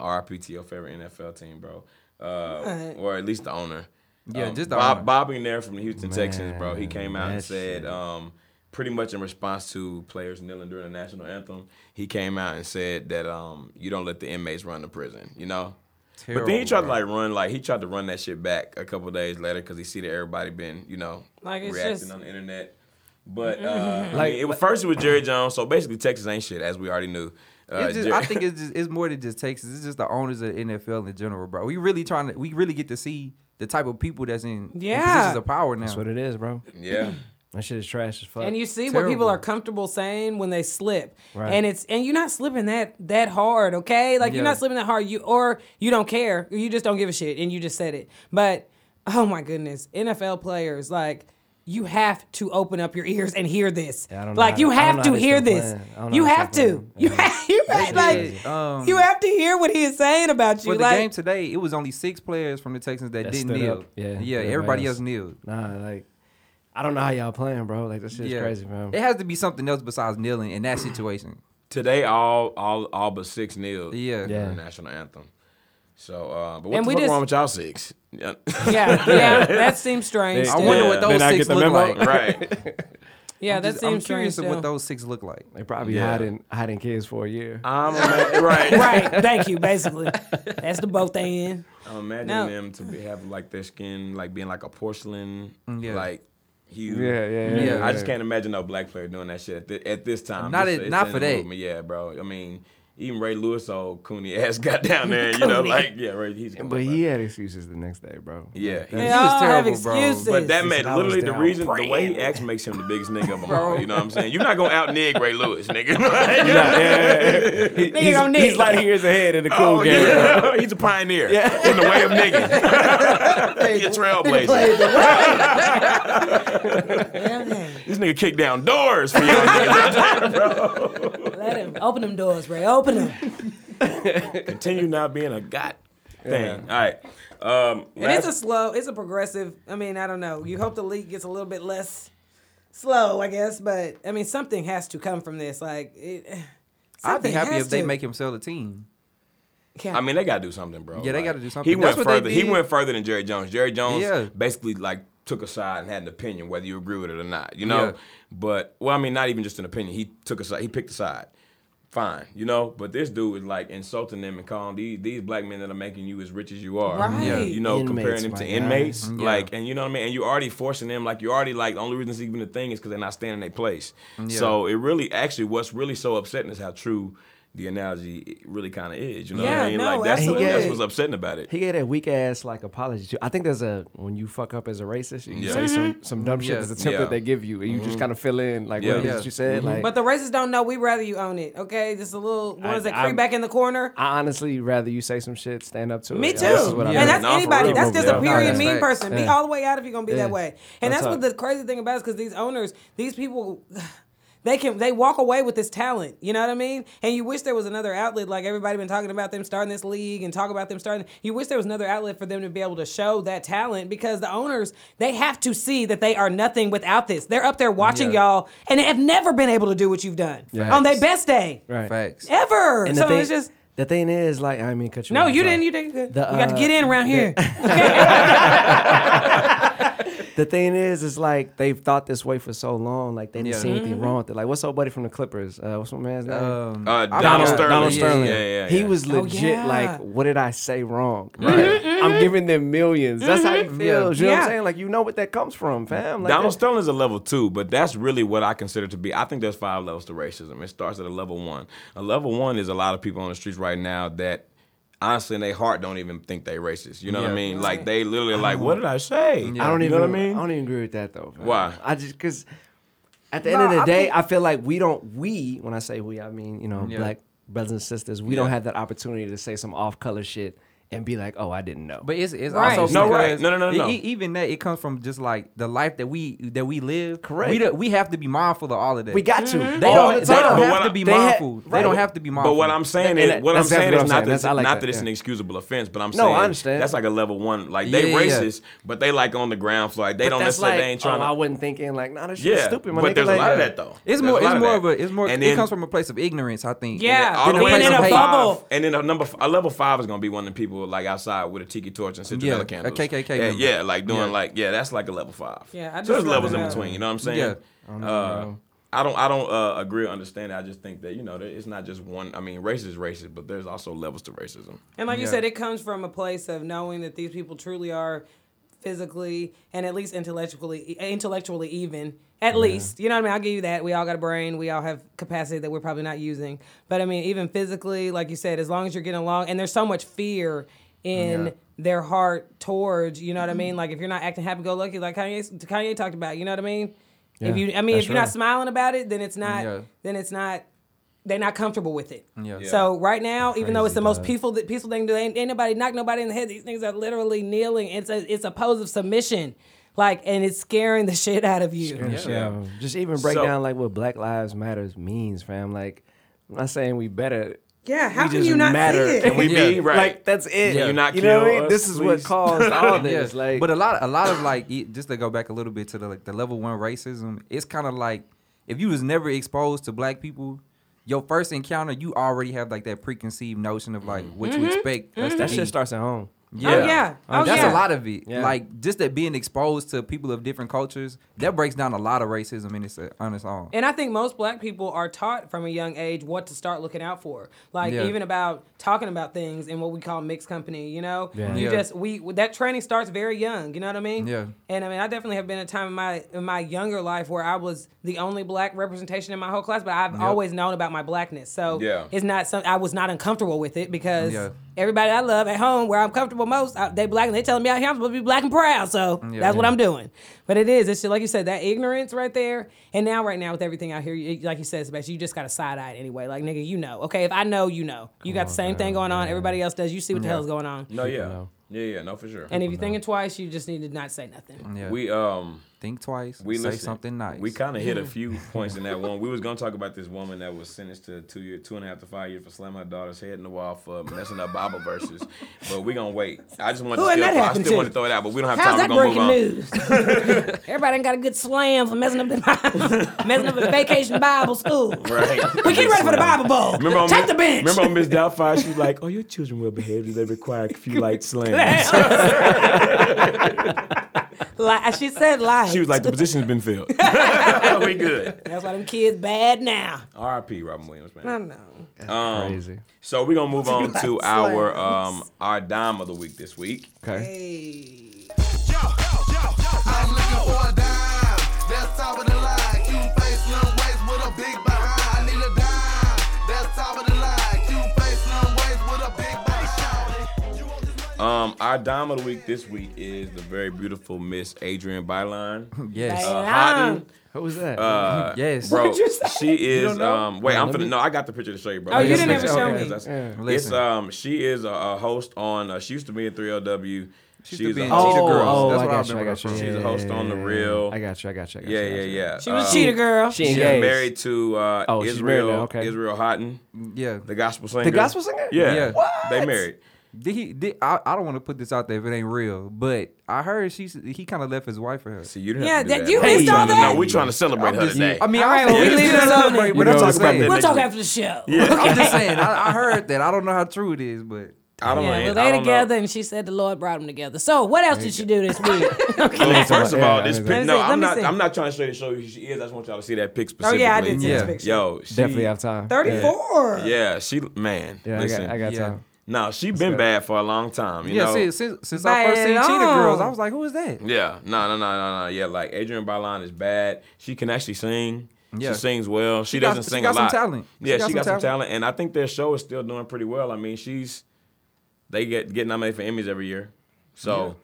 RIP to your favorite NFL team, bro, uh, What? or at least the owner. Yeah, Um, just the Bob, owner. Bobbing there from the Houston Texans, bro. He Man, came out and that said, shit. um, pretty much in response to players kneeling during the national anthem, he came out and said that um, you don't let the inmates run the prison, you know. but then he Terrible, tried to like run like he tried to run that shit back a couple days later because he see that everybody been you know Like, it's reacting just- on the internet. But uh, like it, was- first it was Jerry Jones, so basically Texas ain't shit as we already knew. Uh, It's just, Jerry- I think it's just it's more than just Texas. It's just the owners of the NFL in general, bro. We really trying to we really get to see the type of people that's in, in Yeah. positions of power now. That's what it is, bro. yeah. That shit is trash as fuck. And you see what Terrible. people are comfortable saying when they slip, Right. and it's and you're not slipping that that hard, okay? Like you're Yeah. not slipping that hard. You or you don't care. You just don't give a shit, and you just said it. But oh my goodness, NFL players like. You have to open up your ears and hear this. Yeah, I don't know like how- you I don't have know to how they hear still this. playing. I don't know You how they have still to. You have, you have, like crazy. Um, you have to hear what he is saying about you. For the like game today, it was only six players from the Texans that, That didn't stood kneel. up. Yeah, yeah, everybody everybody else- else kneeled. nah, like I don't know how y'all playing, bro. Like that shit's yeah. crazy, man. It has to be something else besides kneeling in that situation. Today all all all but six nil. Yeah. during Yeah. the national anthem. So, uh, but what And the we fuck just- wrong with y'all six? Yeah. yeah, yeah, that seems strange. They- I still. wonder what Yeah. those Did I six get the look memo? like. right. yeah, that Just- seems I'm curious strange. of what still. those six look like. They probably Yeah. hiding hiding kids for a year. I'm ima- right. right, thank you. Basically, that's the both they in. I'm imagining No. them to be, have like their skin like being like a porcelain, Mm, yeah. like hue. Yeah, yeah, yeah, yeah, I just yeah. can't imagine no black player doing that shit at, thi- at this time. Not This- it- it's not in for the that. movement. Yeah, bro. I mean, even Ray Lewis, old cooney ass, got down there. You know, Cooney. like yeah, Ray. He's gonna But play. he had excuses the next day, bro. Yeah, he- They was all have terrible, bro. excuses. But that made said, "I literally was the down reason, the way he acts makes him the biggest nigga of them all. You know what I'm saying? You're not gonna out nig Ray Lewis, nigga. Nigga don't need He's light years ahead in the cool Oh, game. yeah. He's a pioneer in the way of niggas. He's a trailblazer. This nigga kicked down doors for young niggas. Let him open them doors, Ray. Open them. Continue not being a god thing. All right. Um, And it's last- a slow. It's a progressive. I mean, I don't know. You hope the league gets a little bit less slow, I guess. But I mean, something has to come from this. Like, it, I'd be something happy has if they to. make him sell the team. Yeah. I mean, they gotta do something, bro. Yeah, they Like, gotta do something. He That's went what they further. He did. went further than Jerry Jones. Jerry Jones Yeah. basically like took a side and had an opinion, whether you agree with it or not. You know, Yeah. but well, I mean, not even just an opinion. He took a side. He picked a side. Fine, you know. But this dude is like insulting them and calling these these black men that are making you as rich as you are. Right. Yeah. You know, Inmates, comparing them my to God. inmates, like, and you know what I mean. And you already forcing them, like, you already like the only reason it's even a thing is because they're not staying in their place. So it really, actually, what's really so upsetting is how true. The analogy really kind of is, you know what I Yeah, mean? no, like that's what, absolutely. that's what's upsetting about it. He gave that weak ass like apology too. I think there's a when you fuck up as a racist, you Yeah. say Mm-hmm. some, some dumb shit. Yeah. There's a template Yeah. Mm-hmm. they give you, and you just kind of fill in like what it Yeah. Mm-hmm. is you said. Like, but the racists don't know. We rather you own it. Okay, just a little ones that creep I'm- back in the corner. I honestly rather you say some shit, stand up to Me it. too. This is what I Yeah. And do. that's Nah, for anybody. real, That's bro. just a Yeah. period Nah, mean that's facts. person. Be Yeah. all the way out if you're gonna be Yeah. that way. And That's that's what how- the crazy thing about it is because these owners, these people. They can they walk away with this talent, you know what I mean? And you wish there was another outlet, like everybody been talking about them starting this league and talk about them starting. You wish there was another outlet for them to be able to show that talent because the owners they have to see that they are nothing without this. They're up there watching Yeah. y'all and they have never been able to do what you've done Facts. on their best day right. Facts. ever. And the so thing, it's just the thing is like I mean, cut you. no, off, you sorry. didn't. You did good. The, you got to uh, get in around here. The thing is, is like they've thought this way for so long. Like they didn't see Mm-hmm. anything wrong with it. Like what's old buddy from the Clippers? Uh, what's my man's name? Um, Uh, Donald, Donald Sterling. Donald Sterling. Yeah, yeah, yeah. He was Oh, legit. yeah. Like, what did I say wrong? Right. Mm-hmm, I'm giving them millions. That's how it feels. You know what Yeah. I'm saying? Like, you know what that comes from, fam. Like, Donald that- Sterling is a level two, but that's really what I consider to be. I think there's five levels to racism. It starts at a level one. A level one is a lot of people on the streets right now that honestly in their heart don't even think they racist. You know what I Yeah. mean? Like they literally Oh. like, what did I say? I don't you even. know what I I mean? don't even agree with that though. fam. Why? I just because at the end of Nah, the I day, think- I feel like we don't. We when I say we, I mean you know Yeah. black brothers and sisters. We don't have that opportunity to say some off color shit and be like, oh, I didn't know. But it's, it's Right. also No, because right. No, no, no, e- no. e- even that it comes from just like the life that we that we live. Correct. We, do, we have to be mindful of all of that. we got to. They All don't. the They time. don't But have what to I- be they had- mindful. They right. don't have to be mindful. But what I'm saying And is, that- what I'm that's saying is exactly what I'm not saying. that, That's- I like not that, that it's an yeah. excusable offense, but I'm No, I saying understand. that's like a level one. Like Yeah, they yeah, yeah. racist, but they like on the ground floor. Like, they But don't that's necessarily like, they ain't trying oh, I to. wasn't thinking like, nah, this shit's Yeah, stupid. My but nigga, there's like, a lot of that though. It's There's more. a lot It's more that. of a. It's more. And it then- comes from a place of ignorance. I think. Yeah. all Than the way place in of a hate. bubble. And then a number f- a level five is gonna be one of the people like outside with a tiki torch and Yeah, citronella a candles. KKK Yeah, member. yeah, like doing Yeah. like yeah, that's like a level five. Yeah, I so just there's levels in remember- between. You know what I'm saying? Yeah. Uh, I don't I don't uh, agree or understand. it. I just think that you know that it's not just one. I mean, race is racist, but there's also levels to racism. And like you said, it comes from a place of knowing that these people truly are physically and at least intellectually intellectually even. At least, you know what I mean? I'll give you that. We all got a brain. We all have capacity that we're probably not using. But I mean, even physically, like you said, as long as you're getting along, and there's so much fear in their heart towards, you know what I mean? Like if you're not acting happy go lucky, like Kanye, Kanye talked about, you know what I mean? if you, I mean, if that's you're not right. smiling about it, then it's not, Yeah. then it's not they're not comfortable with it. Yeah. Yeah. So right now, even though it's the most peaceful peaceful thing to do, ain't, ain't nobody knock nobody in the head. These things are literally kneeling. It's a it's a pose of submission, like, and it's scaring the shit out of you. Yeah. Just even break So- down like what Black Lives Matters means, fam. Like, I'm not saying we better. Yeah, how we just matter. Can we be Yeah. right? Like that's it. Can you not you kill know what I mean? us, This is what please? uh, caused all this. Yes, Like, but a lot, a lot of like, e- just to go back a little bit to the like the level one racism, it's kind of like if you was never exposed to black people, your first encounter, you already have like that preconceived notion of like what Mm-hmm. you expect. That's that Mm. shit starts at home. Yeah. Oh, yeah. Oh, that's yeah. a lot of it. Yeah. Like just that being exposed to people of different cultures, that breaks down a lot of racism in its, on its own. And I think most black people are taught from a young age what to start looking out for. Like Yeah. even about talking about things in what we call mixed company, you know? You Yeah. just we that training starts very young, you know what I mean? Yeah. And I mean I definitely have been a time in my in my younger life where I was the only black representation in my whole class, but I've always known about my blackness. So Yeah. it's not some I was not uncomfortable with it because Yeah. everybody I love at home where I'm comfortable most, I, they black and they telling me out here I'm supposed to be black and proud. So that's what I'm doing. But it is, it's just, like you said, that ignorance right there. And now, right now, with everything out here, you, like you said, Sebastian, you just got a side eye anyway. Like nigga, you know, okay? If I know, you know, you got the same thing going on. Everybody else does. You see what the hell's going on. no, yeah, yeah, yeah, no, for sure. And if you're thinking twice, you just need to not say nothing. Yeah. we um think twice, we say listen, something nice. We kind of hit a few points in that one. We was gonna talk about this woman that was sentenced to two year, two and a half to five years for slamming her daughter's head in the wall for messing up Bible verses, but we gonna wait. I just want to Who and still, that I happened still to? want to throw it out, but we don't have How's time. that We're gonna move breaking on. news? Everybody ain't got a good slam for messing up the messing up the vacation Bible school. Right. We get ready for the Bible Bowl. Remember on Take Mi- the bench. Remember on Miss Doubtfire, she was like, "Oh, your children will behave if they require a few light slams." like she said, like She was like, "The position's been filled. we good." That's why them kids bad now. R.I.P. Robin Williams, man. I know. Um, Crazy. So we're gonna move on to Light our slams. um our dime of the week this week. Okay. Hey. I'm looking for a dime. That's top of the line. Cute face, slim waist with a big behind. I need a dime. That's top of the line. Cute face, slim waist with a big behind. You want this money? Um, our dime of the week this week is the very beautiful Miss Adrian Byline. yes, Uh, Hottie. Who was that? Uh, yes, Bro, What'd you say? she is. know? Um, wait, I'm let finna. me- No, I got the picture to show you, bro. Oh, you Yes, didn't ma'am. ever show Okay, me. 'cause that's- Yeah. It's Listen. um, she is a, a host on. Uh, she used to be in 3LW. She's She's the a bitch. host. Cheetah Girls. Oh, That's I what I got you. I remember got you. her from. She's a host on The Yeah. Real. I got you. I got you. I got you. Yeah, I got yeah, you. yeah. Um, She was Uh, cheetah girl. She She's engaged. married to uh, Oh, she's married Israel. now, okay. Israel Houghton, yeah. the gospel singer. The gospel singer. Yeah. Yeah. They married. Did he? Did, I, I don't want to put this out there if it ain't real, but I heard she he kind of left his wife for her. See, you didn't Yeah, have to do that- you Hey, missed all no, that. No, we're trying to celebrate her today. I mean, All I right, well, we said- leave it alone then. But You I'm know, just it's about saying. that We'll talk after the show. I'm just saying. I, I heard that. I don't know how true it is, but I don't know. Yeah, well, I they don't know. together, and she said the Lord brought them together. So, what else did she do this week? Well, first of Yeah, all, I this mean, pic. that's- No, Let me I'm not. see. I'm not trying to straight to show you who she is. I just want y'all to see that pic oh specifically. yeah, I did see Yeah. this picture. Yo, she, Definitely have time. Thirty-four. Yeah, she man. Yeah, I listen, got. I got yeah. time. No, she been bad for a long time. You yeah. know. since since, since Right I first seen Cheetah on. Girls, I was like, who is that? Yeah. No, no, no, no, no. Yeah, like Adrian Byline is bad. She can actually sing. Yeah. She sings well. She, got- doesn't she sing got a some lot. talent. She Yeah, got she some got some talent. talent, and I think their show is still doing pretty well. I mean, she's they get getting nominated for Emmys every year, so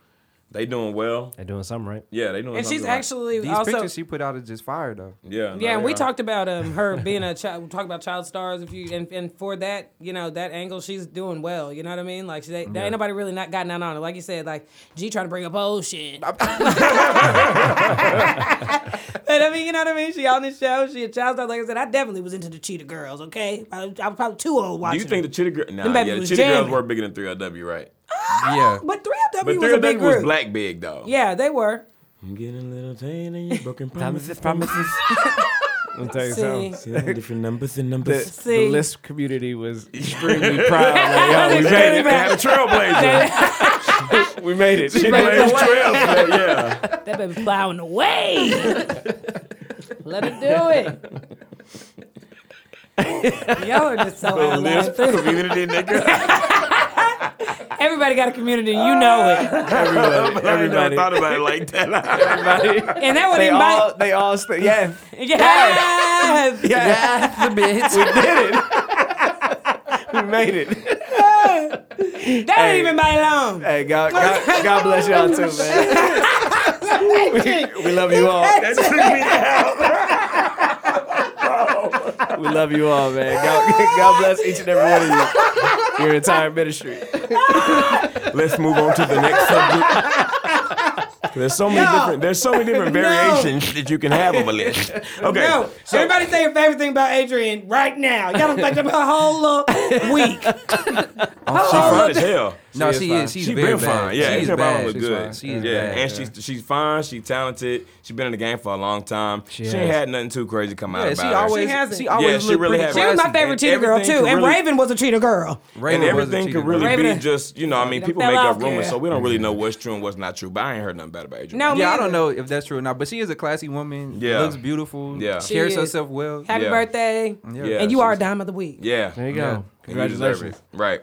they doing well. They're doing something right. Yeah, they doing. And she's something right. actually These also. pictures she put out is just fire though. yeah. no, yeah, and they we are. talked about um her being a child. We talked about child stars. If you and, and for that, you know that angle, she's doing well. You know what I mean? Like she, they, ain't nobody really not gotten out on it. Like you said, like G trying to bring up old shit. But I mean, you know what I mean? She on the show. She a child star. Like I said, I definitely was into the Cheetah Girls. Okay, I, I was probably too old Do watching. you think the Chitty Girls? Nah, Them baby yeah, the was Chitty Girls jamming. were bigger than 3LW, right? Yeah. But three of But W was a 3LW big was group. black big though. Yeah, they were. I'm getting a little tan and you broken promises. promises. I'm telling you See, something. see. See all the different numbers and numbers. The Lisp community was extremely That proud. Like, was really yo, we made it. bad. Had a trailblazer. we made it. She made made the trails. Yeah. That baby plowing the way. Let it do it. Y'all are just so out of line. Live community, nigga. Everybody got a community, and you know it. Everybody, everybody. thought about it like that. And that would They invite. all, they all, st- yeah, yes. yeah, The bitch. we did it. we made it. That Hey. ain't even by long. Hey, God, God, God bless y'all too, man. we, we love you all. That took me out. We love you all, man. God, God bless each and every one of you. Your entire ministry. Let's move on to the next subject. There's so many different. There's so many different No. variations that you can have of a list. Okay. No, everybody say your favorite thing about Adrian right now. Y'all don't think about her whole little week. She Oh, fine look as hell. No, She is she fine. is. She's She very been bad. fine. Yeah, she's she's about bad. look she's good. Fine. She is yeah, bad. and she's she's fine. She's talented. She's been in the game for a long time. She, ain't has. had nothing too crazy come out yeah, about she her. always. She She, hasn't. always. Yeah, she looked really pretty hasn't. She was my classy. favorite cheater girl everything too, could and really- Raven was a cheater girl. and Raven was a everything cheater could really girl. Raven- be just you know. I mean, Raven people fell make off, up rumors, yeah. so we don't really know what's true and what's not true. But I ain't heard nothing bad about Adrian. No, Yeah, I man. don't know if that's true or not, but she is a classy woman. Yeah. looks beautiful. Yeah. she She carries is. herself well. Happy Yeah. birthday, Yeah, and you are a she's- dime of the week. Yeah. There you Yeah. go. And you deserve Congratulations. it. Right.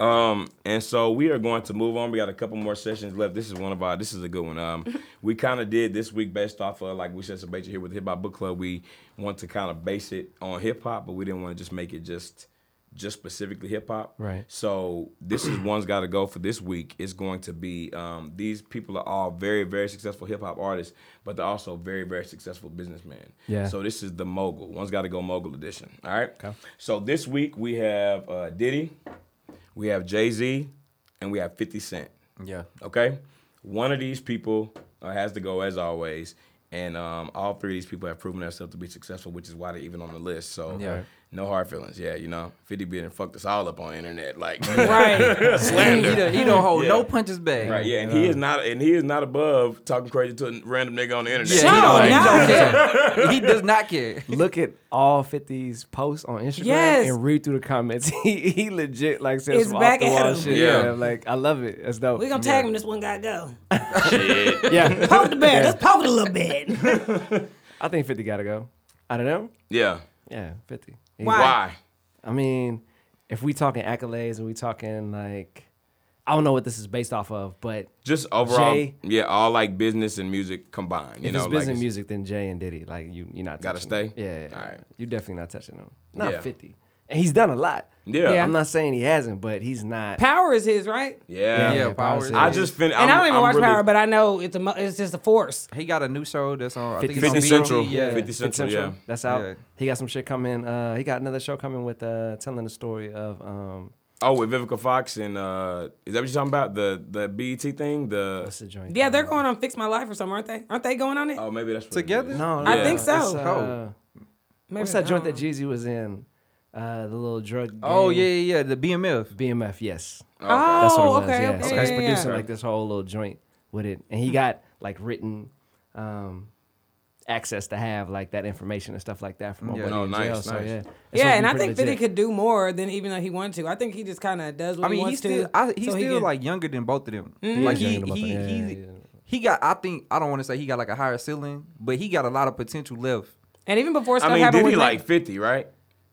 Um, and so we are going to move on. We got a couple more sessions left. This is one of our. This is a good one. Um, we kind of did this week based off of like we said, some here with the Hip Hop Book Club. We want to kind of base it on hip hop, but we didn't want to just make it just just specifically hip hop. Right. So this is one's got to go for this week. It's going to be um, these people are all very very successful hip hop artists, but they're also very very successful businessmen. Yeah. So this is the mogul. One's got to go mogul edition. All right. So this week we have uh, Diddy, we have Jay Z, and we have Fifty Cent. Yeah, Okay. One of these people uh, has to go as always, and um, all three of these people have proven themselves to be successful, which is why they're even on the list. So Yeah. no hard feelings. Yeah, you know, Fifty being fucked us all up on the internet like. Right. he, don't- he don't hold no punches back. Right, yeah, and he is not, and he is not above talking crazy to a random nigga on the internet. Yeah, No, he, no. don't, he don't care. he does not care. Look at all 50's posts on Instagram Yes. and read through the comments. he, he legit like says It's some back off the at wall him. shit. Yeah. Yeah. like I love it. That's dope. We're gonna tag him. This one gotta go. Shit. yeah, Poke the bear. Let's poke it a little bit. I think 50 gotta go. Out of them, Yeah. yeah, 50. He- Why? Why? I mean, if we talking accolades and we talking like, I don't know what this is based off of, but Just overall, Jay. yeah, all like business and music combined. You if know, it's like business it's- music, then Jay and Diddy, like you, you're not Gotta touching them. stay? Yeah, yeah, Alright. you're definitely not touching them. Not Yeah. 50, and he's done a lot. Yeah. Yeah. I'm not saying he hasn't, but he's not. Power is his, right? Yeah. Yeah, powers. I just finished. And I'm, I do not even watch Power, but I know it's a mo- it's just a force. He got a new show that's on. I think 50 it's on Central. BET, Yeah, 50 Fifth Central, yeah. That's out. Yeah. He got some shit coming. Uh, he got another show coming with uh, telling the story of um, Oh, with Vivica Fox and uh, is that what you're talking about? The the BET thing? The what's the joint? Yeah, they're going on Fix My Life or something, aren't they? Aren't they going on it? oh, maybe that's what it Together? is. No, I no, think so. it's, uh, Oh. Maybe what's that not. joint that Jeezy was in? Uh, the little drug. Oh gang. yeah, yeah, yeah. The BMF. BMF, yes. Oh, That's what it was. okay, yeah. okay, So yeah, he's yeah, producing yeah. like this whole little joint with it, and he got like written um, access to have like that information and stuff like that from Yeah. yeah. Oh, in nice, jail. So nice. yeah, It's yeah, supposed and to I think be pretty Fifty legit. could do more than even though he wanted to. I think he just kind of does what I he mean, wants he's still, to. I, he's so he still can- like younger than both of them. He's Like he, younger than both he, of them. Yeah, he, yeah, yeah. he got. I think I don't want to say he got like a higher ceiling, but he got a lot of potential left. and even before stuff I mean, happened did he with like like 50, right?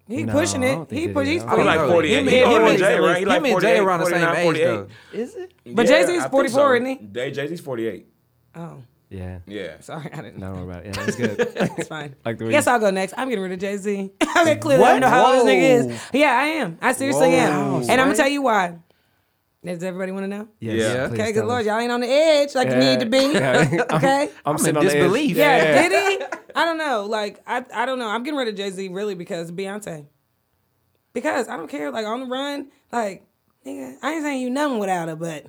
he No, pushing I it. don't think He they push, did. he's I He don't like know. 48. Him and- he older him than and- Jay, right? He him like and 48, Jay around the same 49, age, 48. though. Is it? But Yeah, Jay-Z's I think 44, so. isn't he? Jay Jay Z's 48. oh Yeah. Yeah. sorry I didn't. No, know. don't worry about it. Yeah, it's good. It's fine. Like the way Guess you- I'll go next. I'm getting rid of Jay Z. I mean, clearly I don't know how old this nigga is. Yeah, I am. I seriously am. And I'm gonna tell you why. Does everybody want to know? Yes, Yeah. please Okay, good tell lord, us. y'all ain't on the edge like you need to be. Yeah. Okay. I'm, in sitting on the edge. disbelief. Yeah, Yeah. did he? I don't know. Like I, I don't know. I'm getting rid of Jay Z really because Beyonce. Because I don't care. Like on the run, like nigga, I ain't saying you nothing without her, but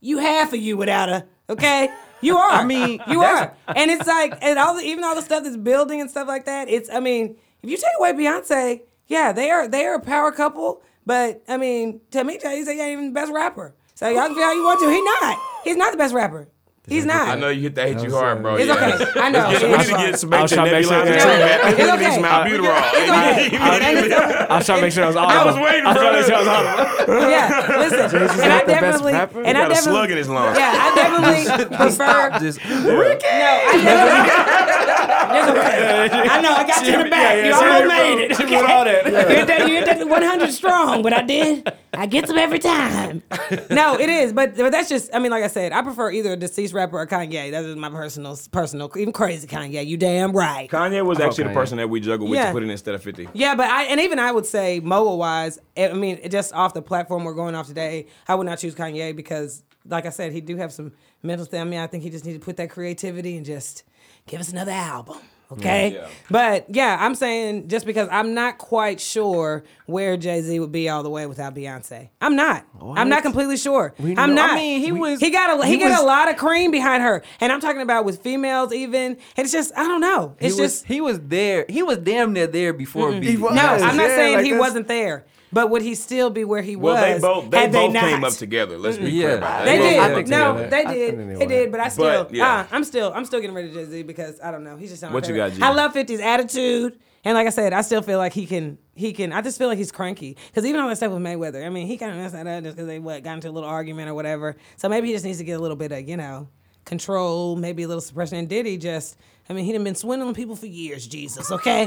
you half of you without her. Okay, you are. I mean, you that's- are. And it's like, and all the, even all the stuff that's building and stuff like that. It's, I mean, if you take away Beyonce, yeah, they are they are a power couple. But I mean, to me, Jay Z ain't even the best rapper. So y'all can feel how you want to. He not. He's not the best rapper. He's not. I know you hit that hit you hard, bro. It's yeah. okay. I know. Let's get- We need to Yeah, I'm get sorry. some extra I'll shop nebulizer next time. treatment. We need to It's get some okay. It's okay. albuterol. I was trying to make sure I was all I of was them. waiting I was for trying to make sure I it. was all of them. Yeah, listen. and I not the best definitely, rapper? and He got I a definitely, slug in his lungs. Yeah, I definitely prefer. Just No, I definitely, It's okay. I know. I got you in the back. yeah, she you almost wrote- made it. she wrote all that. You hit that. You hit that 100 strong, but I did. I get them every time. No, it is, but but that's just. I mean, like I said, I prefer either a deceased rapper or Kanye. That is my personal personal. Even crazy Kanye. You damn right. Kanye was actually the Kanye. person that we juggled with Yeah. to put in instead of 50. Yeah, but I and even I would say moa wise, I mean, just off the platform we're going off today, I would not choose Kanye because, like I said, he do have some mental thing. I mean, I think he just need to put that creativity and just give us another album. Mm, Okay, but yeah, I'm saying just because I'm not quite sure where Jay Z would be all the way without Beyonce. I'm not. I'm not completely sure. I'm know- I not. mean, he was- He got a. he He, got a was- lot of cream behind her, and I'm talking about with females even. And it's just I don't know. It's he just was, he was there. He was damn near there before. He no, I'm not saying he wasn't there, but would he still be where he Well, they was? both they had both not? came up together. Let's be Yeah. clear about that. They Yeah, did. I think no, they were. they I did. think they They were. did, but I still, yeah. uh, I'm still, I'm still getting rid of Jay Z because I don't know. He's just not my What you favorite. got, G? I love 50's attitude, and like I said, I still feel like he can, he can. I just feel like he's cranky because even all that stuff with Mayweather. I mean, he kind of messed that up just because they what got into a little argument or whatever. So maybe he just needs to get a little bit of you know control, maybe a little suppression. And Diddy just. I mean, he done been swindling people for years, Jesus, okay? He's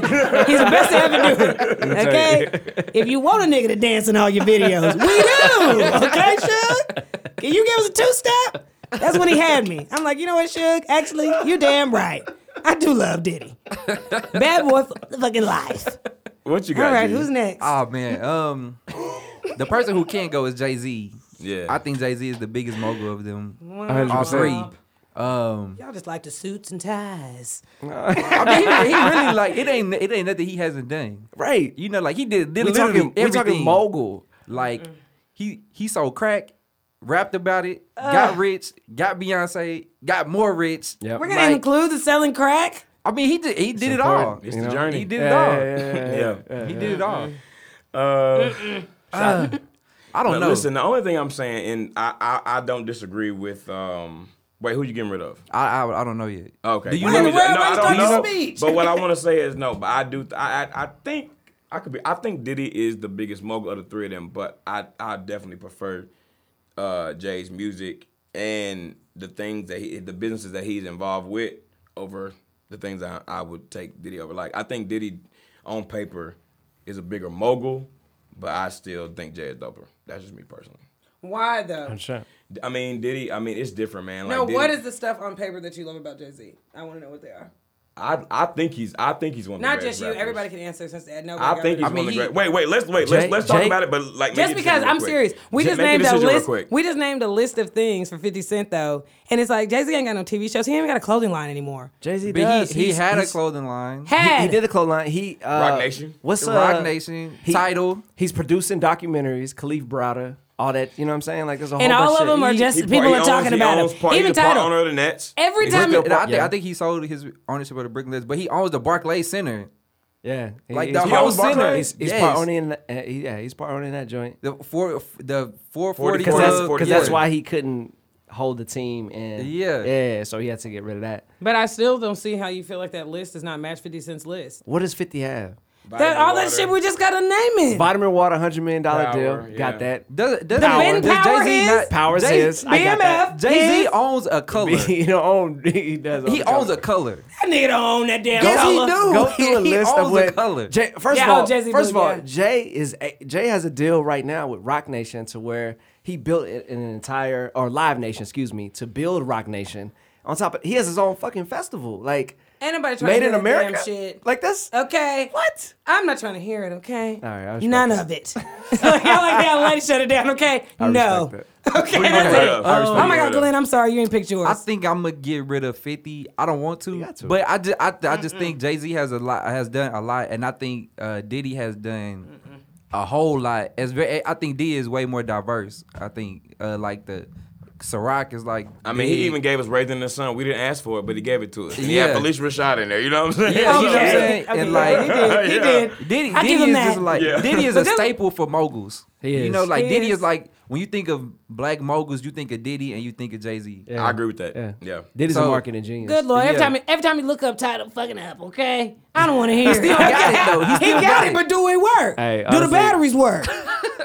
the best to ever do it, okay? If you want a nigga to dance in all your videos, we do, okay, Suge? Can you give us a two-step? That's when he had me. I'm like, you know what, Suge? Actually, you're damn right. I do love Diddy. Bad boy f- fucking life. What you got? All right, Uh, G? who's next? Oh man, um, the person who can't go is Jay Z. Yeah. I think Jay Z is the biggest mogul of them. All 100%. three. Um, Y'all just like the suits and ties. I mean, he, he really like it ain't it ain't nothing he hasn't done. Right. You know, like he did, did We literally talking, we everything. talking mogul. Like he he sold crack, rapped about it, got rich, got Beyonce, got more rich. Yep. We're gonna Like- include the selling crack. I mean, he did he did it all. important. It's You the know? journey. He did it all. Yeah, yeah, yeah, yeah, Yeah. He did it all. Uh, I don't but know. Listen, the only thing I'm saying, and I, I, I don't disagree with. Um, wait, who you getting rid of? I, I I don't know yet. Okay. Do you Well, know? in the let me- world? Why no, I you starting don't know. speech? But what I want to say is no. But I do. I, I I think I could be. I think Diddy is the biggest mogul of the three of them. But I I definitely prefer uh, Jay's music and the things that he, the businesses that he's involved with over the things I I would take Diddy over. Like I think Diddy on paper is a bigger mogul, but I still think Jay is doper. That's just me personally. Why though? Sure. I mean Diddy. I mean it's different, man. Like, No, Diddy, what is the stuff on paper that you love about Jay Z? I want to know what they are. I I think he's I think he's one. of the Not greatest just you. rappers. Everybody can answer since nobody. I got think rid he's of one mean, of he- the great. Wait, wait. Let's wait. Let's Jay- let's talk Jay- about it. But like, just make a decision because real I'm quick. serious. We J- just make named a decision real list. quick. We just named a list of things for 50 Cent though, and it's like Jay Z ain't got no TV shows. He ain't even got a clothing line anymore. Jay Z But does. he, he He's- had a he's- clothing line. Had He, he did the clothesline. He uh, Rock Nation. What's uh, Rock Nation, he- Tidal. He's producing documentaries. Khalif Browder. All that. You know what I'm saying? Like there's a whole and bunch all of shit. them are He- just He people part- he are owns- talking he about owns him. part- Even he's a part title. owner of the Nets. Every He's time- still And I part- think yeah. I think he sold his ownership of the Brooklyn Nets, but he owns the Barclay Center. yeah. Like He- the he's- whole he's part- center. He's, he's Yes. part owning. that- Uh, he- yeah, he's part owning that joint. The four the four forty Because that's, club. 40, cause that's yeah. why he couldn't hold the team and Yeah. yeah so he had to get rid of that But I still don't see how you feel like that list does not match 50 Cent's list. what does 50 have That, all that Water. shit we just got to name it. vitamin water 100 million dollar Power, deal yeah. got that Does, does, The does Ben Power Jay-Z is- not, powers Jay, is I got that. BMF Jay Z is- owns a color. he don't own he does own He the color. owns a color. That nigga don't own that damn Yes, he color. do. go through a He list owns of the what color. Jay, first Yeah, of all, oh, Jay-Z first of do, all, yeah. Jay is a, Jay has a deal right now with Rock Nation to where he built an an entire or Live Nation, excuse me, to build Rock Nation. On top of he has his own fucking festival, like Ain't nobody trying made to in hear that damn America. shit. Uh, Like that's Okay. What? I'm not trying to hear it, okay? All right, I respect None of it. like, y'all like that lady shut it down, okay? no. respect Okay, Who you that's gonna it. get rid of? I respect oh my you. God, Glenn, I'm sorry you ain't picked yours. I think I'm gonna get rid of 50. I don't want to, got to. but I just I, I just think Jay Z has a lot has done a lot, and I think uh, Diddy has done a whole lot. As very, I think Diddy is way more diverse. I think uh, like the Ciroc is like. I mean, he big. even gave us "Raising the Sun." We didn't ask for it, but he gave it to us. And he had Yeah. Felicia Rashad in there. You know what I'm saying? Yeah, you know what I'm Okay. saying? Okay, And yeah, he like did. He Yeah. did. I Diddy, give Diddy him is that. just like Yeah. Diddy is a But then- staple for moguls. He You is. know, like He Diddy is. is like when you think of black moguls, you think of Diddy and you think of Jay Z. I agree with that. Yeah. Yeah. Diddy's So- a marketing genius. Good lord! Every Yeah. time, every time you look up, title fucking up. Okay, I don't want to hear. He got it, though. He He still got, got it, it. but do it work? Hey, do the honestly- batteries work?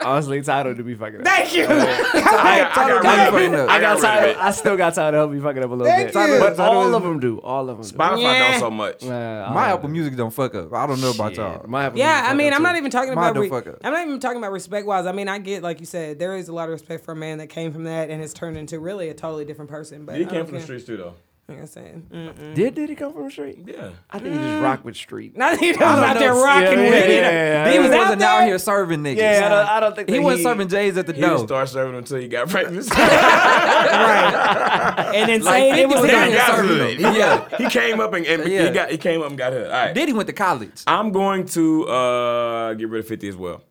honestly titled to be fucking up. Thank you. I got, I got Tyler, really fucking up. I got I got rid of tired. it. I still got tired of helping me fucking up a little Thank bit. you. But Title all is- of them do. All of them. Spotify Yeah. don't so much. Do. Uh, My Apple Music don't fuck up. I don't know about shit. y'all. My Apple Yeah, Music I fuck mean, up I'm too. not even talking My about. Re- motherfucker. I'm not even talking about respect wise. I mean, I get like you said, there is a lot of respect for a man that came from that and has turned into really a totally different person. But He I came don't from the care. streets too, though. Like I said, mm-mm. Did did he come from the street? Yeah. I think he Mm. just rock with street. not that he was out there know. rocking Yeah, with it. yeah, yeah, But He yeah. was He out wasn't out there. here serving niggas. Yeah, I, don't, I don't think He that wasn't serving J's at the He didn't door. start serving until he got pregnant. and then Like, saying it 50 was was him. out here got serving hood. them. Yeah. he came up and, and Yeah. he got he came up and got hood. All right. Then he went to college. I'm going to uh, get rid of 50 as well.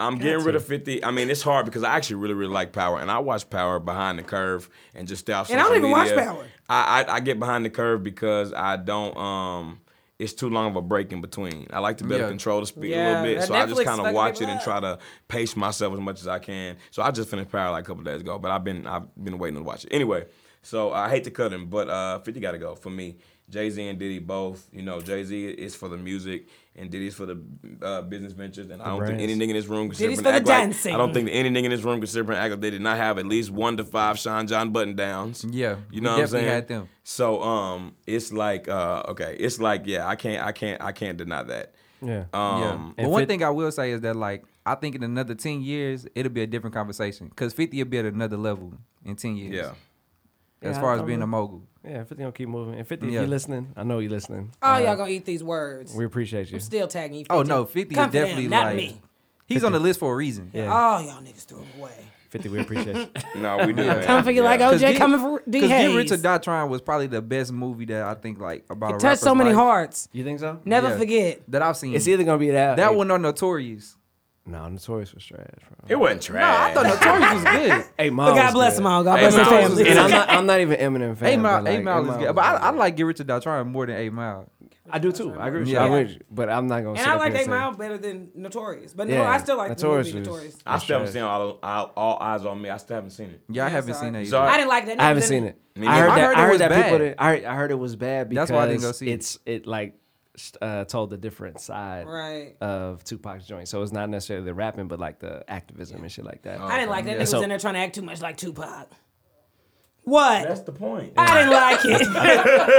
I'm getting rid of 50. I mean, it's hard because I actually really, really like Power, and I watch Power behind the curve and just stay off And I don't social even watch media. Power. I, I I get behind the curve because I don't. um it's too long of a break in between. I like to be able Yeah. to control the speed a little Yeah, bit, that so I just Netflix kind fucking of watch it me and up. try to pace myself as much as I can. So I just finished Power like a couple days ago, but I've been I've been waiting to watch it anyway. So I hate to cut him, but uh, Fifty got to go for me. Jay Z and Diddy both. You know, Jay Z is for the music and Diddy's for the uh, business ventures. And I don't think brands. any nigga in this room can sit Diddy's up and for act the like- dancing. I don't think that any nigga in this room can sit up and act like they did not have at least one to five Sean John button downs. Yeah, you know we what I'm saying. definitely had them. So um, it's like uh, okay, it's like yeah, I can't, I can't, I can't deny that. Yeah. Yeah. Um, but and one fif- thing I will say is that like I think in another ten years it'll be a different conversation because Fifty will be at another level in ten years. yeah. As Yeah, far I as being a totally- mogul. Yeah, 50 gonna keep moving. And 50, Yeah. if you listening, I know you listening. Oh, y'all gonna eat these words. We appreciate you. Still tagging you. 50. Oh no, Fifty Come is for them, definitely not like me. he's on the list for a reason. Oh, Yeah. y'all niggas threw him away. 50, we appreciate you. No, we do. man. Coming for you like Yeah. OJ Get- Oh, coming for D Because Get Rich Hayes. or Die Trying was probably the best movie that I think like about. a It touched so rapper's many life hearts. You think so? Never Yeah. forget. that I've seen. It's either gonna be that. that or- one or Notorious. No, Notorious was trash. Bro. It wasn't trash. I thought Notorious was good. Hey, But Miles. God bless good. them all. God Hey, bless their Miles was families. good. And I'm not, I'm not even Eminem fan. A Mile, but like, A Mile is A-Mile good, was but I, good. I like Get Rich or Die Trying more than A Mile. I do too. I agree with you. Yeah. I agree with you. But I'm not gonna. And sit I up like here Eight say- Mile better than Notorious, but no, Yeah, I still like Notorious the movie is- Notorious. I still haven't trash. seen all, all, all eyes on me. I still haven't seen it. Yeah, I Yeah, haven't sorry. seen that. either. Sorry. I didn't like that. I haven't seen it. Me I neither. heard I that. heard it I was heard that people. bad. That, I, heard, I heard it was bad because That's why I didn't go see it. it's it like sh- uh, told a different side Right. of Tupac's joint. So it's not necessarily the rapping, but like the activism and shit like that. I didn't like that. Nigga so- was in there trying to act too much like Tupac. What? That's the point. I didn't like it.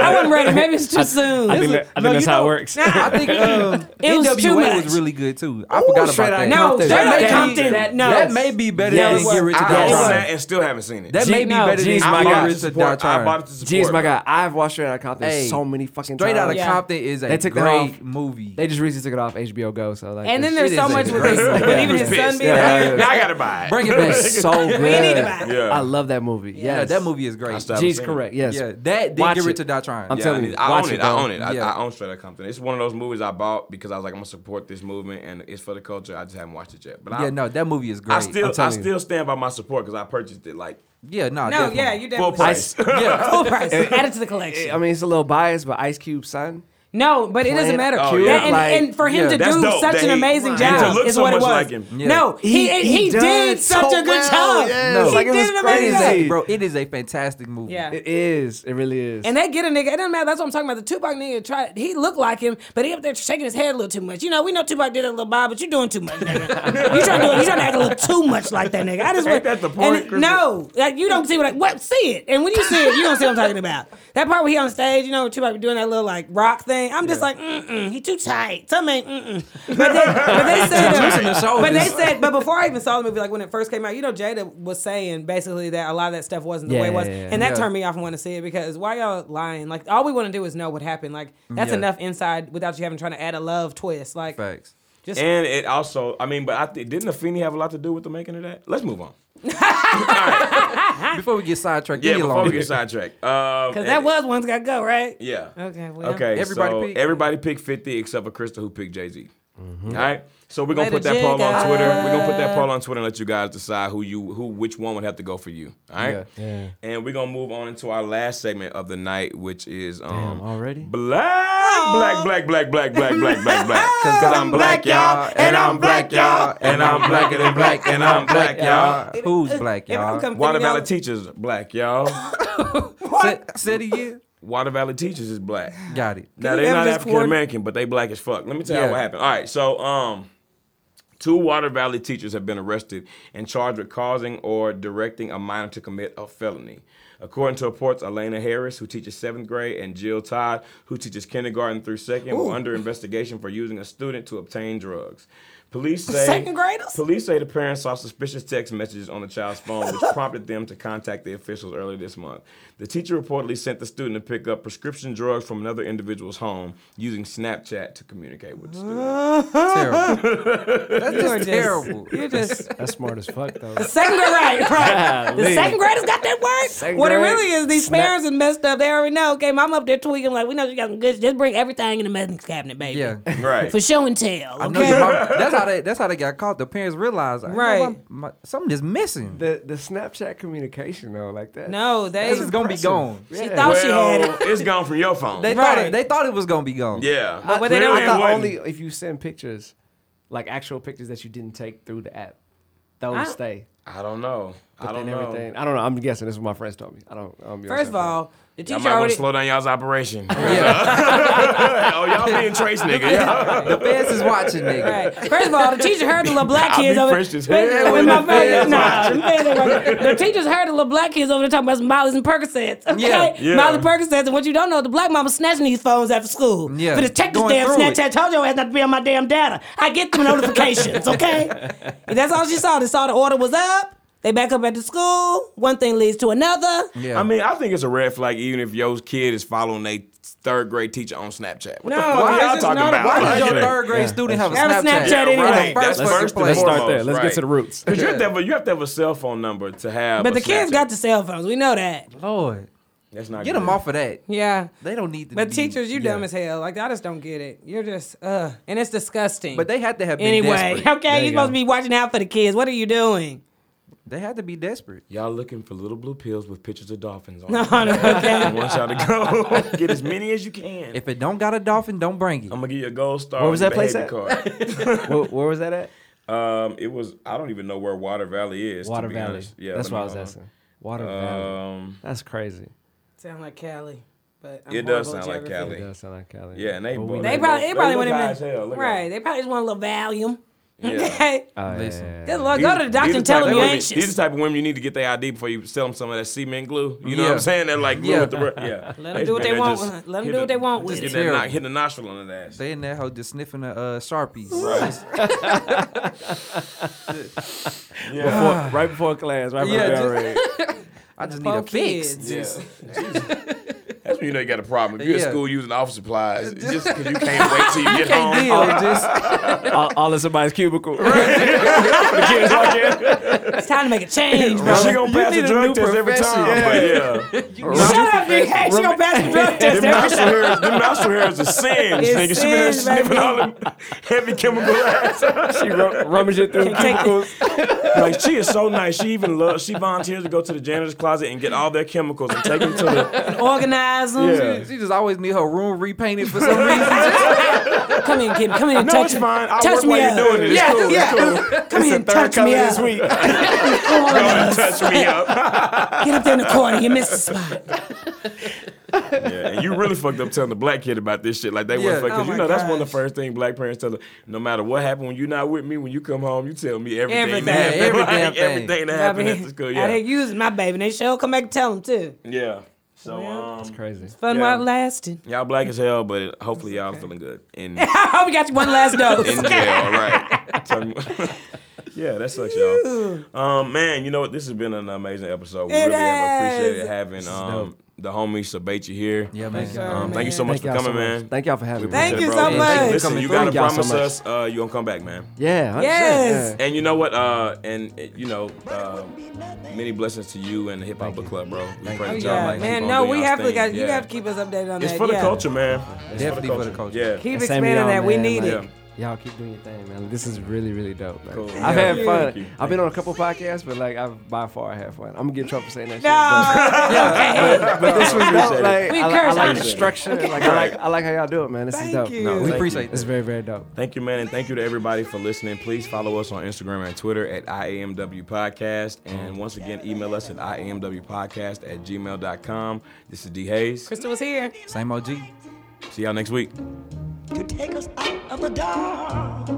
I wasn't ready. Maybe it's too soon. I think, that, I think No, that's you how know- it works. I think um, It was too NWA much. was really good too. I forgot about Straight Outta that. No, Compton. straight That out may be- Compton. no, That may be better Yes. than Get Rich or I Die own Trying. that and still haven't seen it. That Jeez, may be my better than I Get bought it God. to Rich or Die support. I bought Trying. it to support. Jeez, my God, I've watched Straight Outta Compton Hey, so many fucking Straight Outta times. Yeah. Compton is a They took that great off. movie. They just recently took it off HBO Go. So like, and then that there's shit so is much with great. his, with Yeah. even his son being Yeah. there. Now I gotta buy it. Bring it shit is back. so good. need to buy it. Yeah. I love that movie. Yes. Yeah, that movie is great. I still haven't G's seen it. correct. Yes. Yeah, that then Watch Get it. Rich or Die Trying. I'm Yeah, Yeah. telling I, you, need- I watch own it, it. I bro. own it. I, Yeah. I own Straight Outta Compton. It's one of those movies I bought because I was like, I'm gonna support this movement and it's for the culture. I just haven't watched it yet. But I, Yeah, no, that movie is great. I still, I telling you. still stand by my support because I purchased it like yeah, no, No, definitely. yeah, you full definitely. price. yeah. Full price. Add it to the collection. I mean, it's a little biased, but Ice Cube son. No, but it doesn't Playing matter. Oh, That- yeah. and, Like, and for him yeah. to That's do dope such that an he- amazing and to job look is so what it much was. like him. Yeah. No, he he, he did, so such a good well. job. Yes. No. He Like, it did was an It amazing is crazy. job. a bro. It is a fantastic movie. Yeah. It is. It really is. And they get a nigga. It doesn't matter. That's what I'm talking about. The Tupac nigga tried. He looked like him, but he up there shaking his head a little too much. You know, we know Tupac did a little bob, but you're doing too much, nigga. you trying to do, you trying to act a little too much like that, nigga. I just Ain't want- that the point, and- Crystal? No, like you don't see what I, what see it. And when you see it, you don't see what I'm talking about. That part where he on stage, you know, Tupac be doing that little like rock thing. I'm just like, mm mm, he too tight. Tell me, mm mm. But they, but they said, uh, Loosen the shoulders. but they said, but before I even saw the movie, like when it first came out, you know, Jada was saying basically that a lot of that stuff wasn't the way it Yeah, was, yeah, yeah. and that Yeah. turned me me off and want to see it because why y'all lying? Like all we want to do is know what happened. Like that's Yeah. enough inside without you having trying to add a love twist. Like Facts. just And it also, I mean, but I think didn't Afeni have a lot to do with the making of that? Let's move on. All right. Before we get sidetracked, Yeah, leave it before alone. we get sidetracked. Um, Because Eh. because that was one's got to go right. Yeah. Okay, well. okay. Everybody so pick- everybody picked fifty except for Crystal who picked Jay Z. right. So we're gonna Let put it that poll on jigga. Twitter. We're gonna put that poll on Twitter and let you guys decide who you who which one would have to go for you. All right. And we're gonna move on into our last segment of the night, which is um already? black, black, black, black, black, black, black, black, black. Because Oh. I'm black, y'all, and I'm black, y'all, and I'm blacker than black, and I'm black, y'all. Who's black, If I'm y'all? coming Water to y'all- Valley teachers black, y'all. Sa- Said it again. Water Valley teachers is black. Got it. Now you they're not evidence African American, but they black as fuck. Let me tell you Yeah. what happened. All right, so um, Two Water Valley teachers have been arrested and charged with causing or directing a minor to commit a felony. According to reports, Elena Harris, who teaches seventh grade, and Jill Todd, who teaches kindergarten through second, were under investigation for using a student to obtain drugs. Police say Second graders? Police say the parents saw suspicious text messages on the child's phone, which prompted them to contact the officials earlier this month. The teacher reportedly sent the student to pick up prescription drugs from another individual's home using Snapchat to communicate with the student. terrible. That's You are just just- terrible. You're just That's smart as fuck though. the second grade, right? Right. The second graders got that word. what it grade. really is, these parents are messed up. They already know. Okay, mom up there tweaking like we know you got some good. shit. Just bring everything in the medicine cabinet, baby. Yeah. Right. For show and tell. I know your Okay. mom- that's how they. That's how they got caught. The parents realized, like, Right. right? something is missing. The the Snapchat communication though, like that. No, they. This is gonna be gone. She Yeah. thought she had well, it. it's gone from your phone. They thought Right. it, they thought it was gonna be gone. yeah. But what they Clearly don't- it I thought wasn't. only if you send pictures, like actual pictures that you didn't take through the app, those I- stay. I don't know. I But don't then know. everything. I don't know. I'm guessing this is what my friends told me. I don't. I don't be on First of Snapchat. all, the Y'all teacher might want already. to slow down y'all's operation. oh, y'all being trace nigga. Y'all. The feds is watching, nigga. Right. First of all, the teacher heard the little black I'll kids be over fresh as hell in when my the face. feds Nah, them feds ain't working. the teachers heard the little black kids over there talking about some Molly's and Percocets. Okay? Yeah, yeah. Molly Percocets. And what you don't know, the black mama snatching these phones after school. Yeah, For this check this going damn through it. Snapchat. Told your ass not to be on my damn data. I get them notifications, okay? And that's all she saw. They saw the order was up. They back up at the school. One thing leads to another. Yeah. I mean, I think it's a red flag even if your kid is following a third grade teacher on Snapchat. What No, the fuck why are is y'all this talking not a- about? Why does Like, your it ain't- third grade student have a Have a Snapchat? Snapchat Yeah, anyway. right. First That's fucking first and place. Let's start foremost, there. Let's right. get to the roots. Because you, have to have a- you have to have a cell phone number to have. But a the kids Snapchat. got the cell phones. We know that. Lord, That's not get good. them off of that. Yeah. They don't need to. But be- teachers, you yeah. dumb as hell. Like I just don't get it. You're just uh, and it's disgusting. But they had to have been anyway, desperate. okay, you're supposed to be watching out for the kids. What are you doing? They had to be desperate. Y'all looking for little blue pills with pictures of dolphins on No, them. no, I okay. want y'all to go get as many as you can. If it don't got a dolphin, don't bring it. I'm gonna give you a gold star. Where was on that your place behavior where, where was that at? card. um, it was. I don't even know where Water Valley is. to Water be Valley. honest. Yeah, let me That's what I was know. asking. Water Valley. Um, That's crazy. Sound like Cali, but I'm It does horrible at sound like geography. Cali. It does sound like Cali. yeah, and they. But we- both- They probably, both- it probably look wouldn't high even as hell. Look at right. them. They probably just want a little Valium. Yeah. Okay, Oh, yeah, Listen. yeah, yeah. just look, go to the doctor and tell them them you're These anxious. the type of women you need to get their ID before you sell them some of that cement glue. You know what Yeah. I'm saying? They're like glue Yeah. with the re- yeah. Let 'em do what they want with it. Let 'em do what they want with Hit it. that, hit the nostril on the ass. They in there, hoe, just sniffing the uh, sharpies. Right. yeah. Before- right before class, right Yeah, before just- bell ring. I just need Poor a fix. kids. Yeah. That's when you know you got a problem. If you're Yeah. at school using office supplies, it's just because you can't wait till you get home. Deal, just all, all in somebody's cubicle. The kids walk in. It's time to make a change, bro. She gonna pass the drug test every time. But yeah. Shut up, you hate your best drug test. Them nostril hairs, them nostril hairs are sins, It's nigga. She been there sins, baby. sniffing all them heavy chemical ass. she ru- rummaging through Take- cubicles. Like she is so nice. She even loves. She volunteers to go to the janitor's closet and get all their chemicals and take them to the. Organize them. Yeah. she just always need her room repainted for some reason. Come in, kid. Come in and No, touch it's me. fine. I touch work me while up. you're doing it. It's Yeah, cool. yeah. It's cool. Come in and touch color me this up. week. Go and touch me up. Get up there in the corner. You missed the spot. Yeah, and you really fucked up telling the black kid about this shit. Like they Yeah. weren't fucking. Oh you my know that's one of the first things black parents tell them. No matter what happened when you're not with me, when you come home, you tell me everything. Everything. that happened. Yeah, every Like, damn thing. everything that happened at the school. I Yeah. didn't use my baby. And they sure come back and tell them too. Yeah. So um, Crazy. Fun Yeah. while it lasted. y'all black as hell, but hopefully y'all feeling good. And I hope we got you one last dose. in jail, right? Talking about- yeah, that sucks, y'all. Um, man, you know what? This has been an amazing episode. We It really have has. appreciated having um, the homie Sabatia here. yeah, man. Um, thank you so much Thank for y'all coming, so much. man. Thank y'all for having me. Thank Appreciate you it, so bro. much. Thank you for Listen, coming you through. gotta Thank y'all so promise much. us uh, you gonna come back, man. Yeah. 100%. Yes. Yeah. And you know what? Uh, and uh, you know, uh, many blessings to you and the Hip Hop Book Club, bro. We pray that Oh, y'all yeah. like keep man, on no, doing we y'all's have to thing. got, you Yeah. have to keep us updated on that. It's for the yeah. culture, man. It's Definitely for the culture. Yeah. Keep And same expanding y'all, that. We man, need like- it. Yeah. Y'all keep doing your thing, man. This is really, really dope. man. Cool. I've Yeah. had fun. Thank you. I've been on a couple podcasts, but like I've by far had fun. I'm gonna get in trouble for saying that shit. No. okay. But, but this was Appreciate dope. it. Like, We I, like- I encourage like the honesty. structure. Like, I like I like how y'all do it, man. This Thank is dope. you. No, We thank you. appreciate It's that. very, very dope. Thank you, man, and thank you to everybody for listening. Please follow us on Instagram and Twitter at IAMW Podcast. And once again, email us at IAMWpodcast at gmail.com. This is D Hayes. Crystal was here. Same OG. See y'all next week. to take us out of the dark.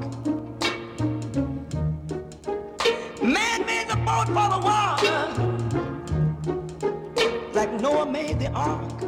for the woman, like Noah made the ark.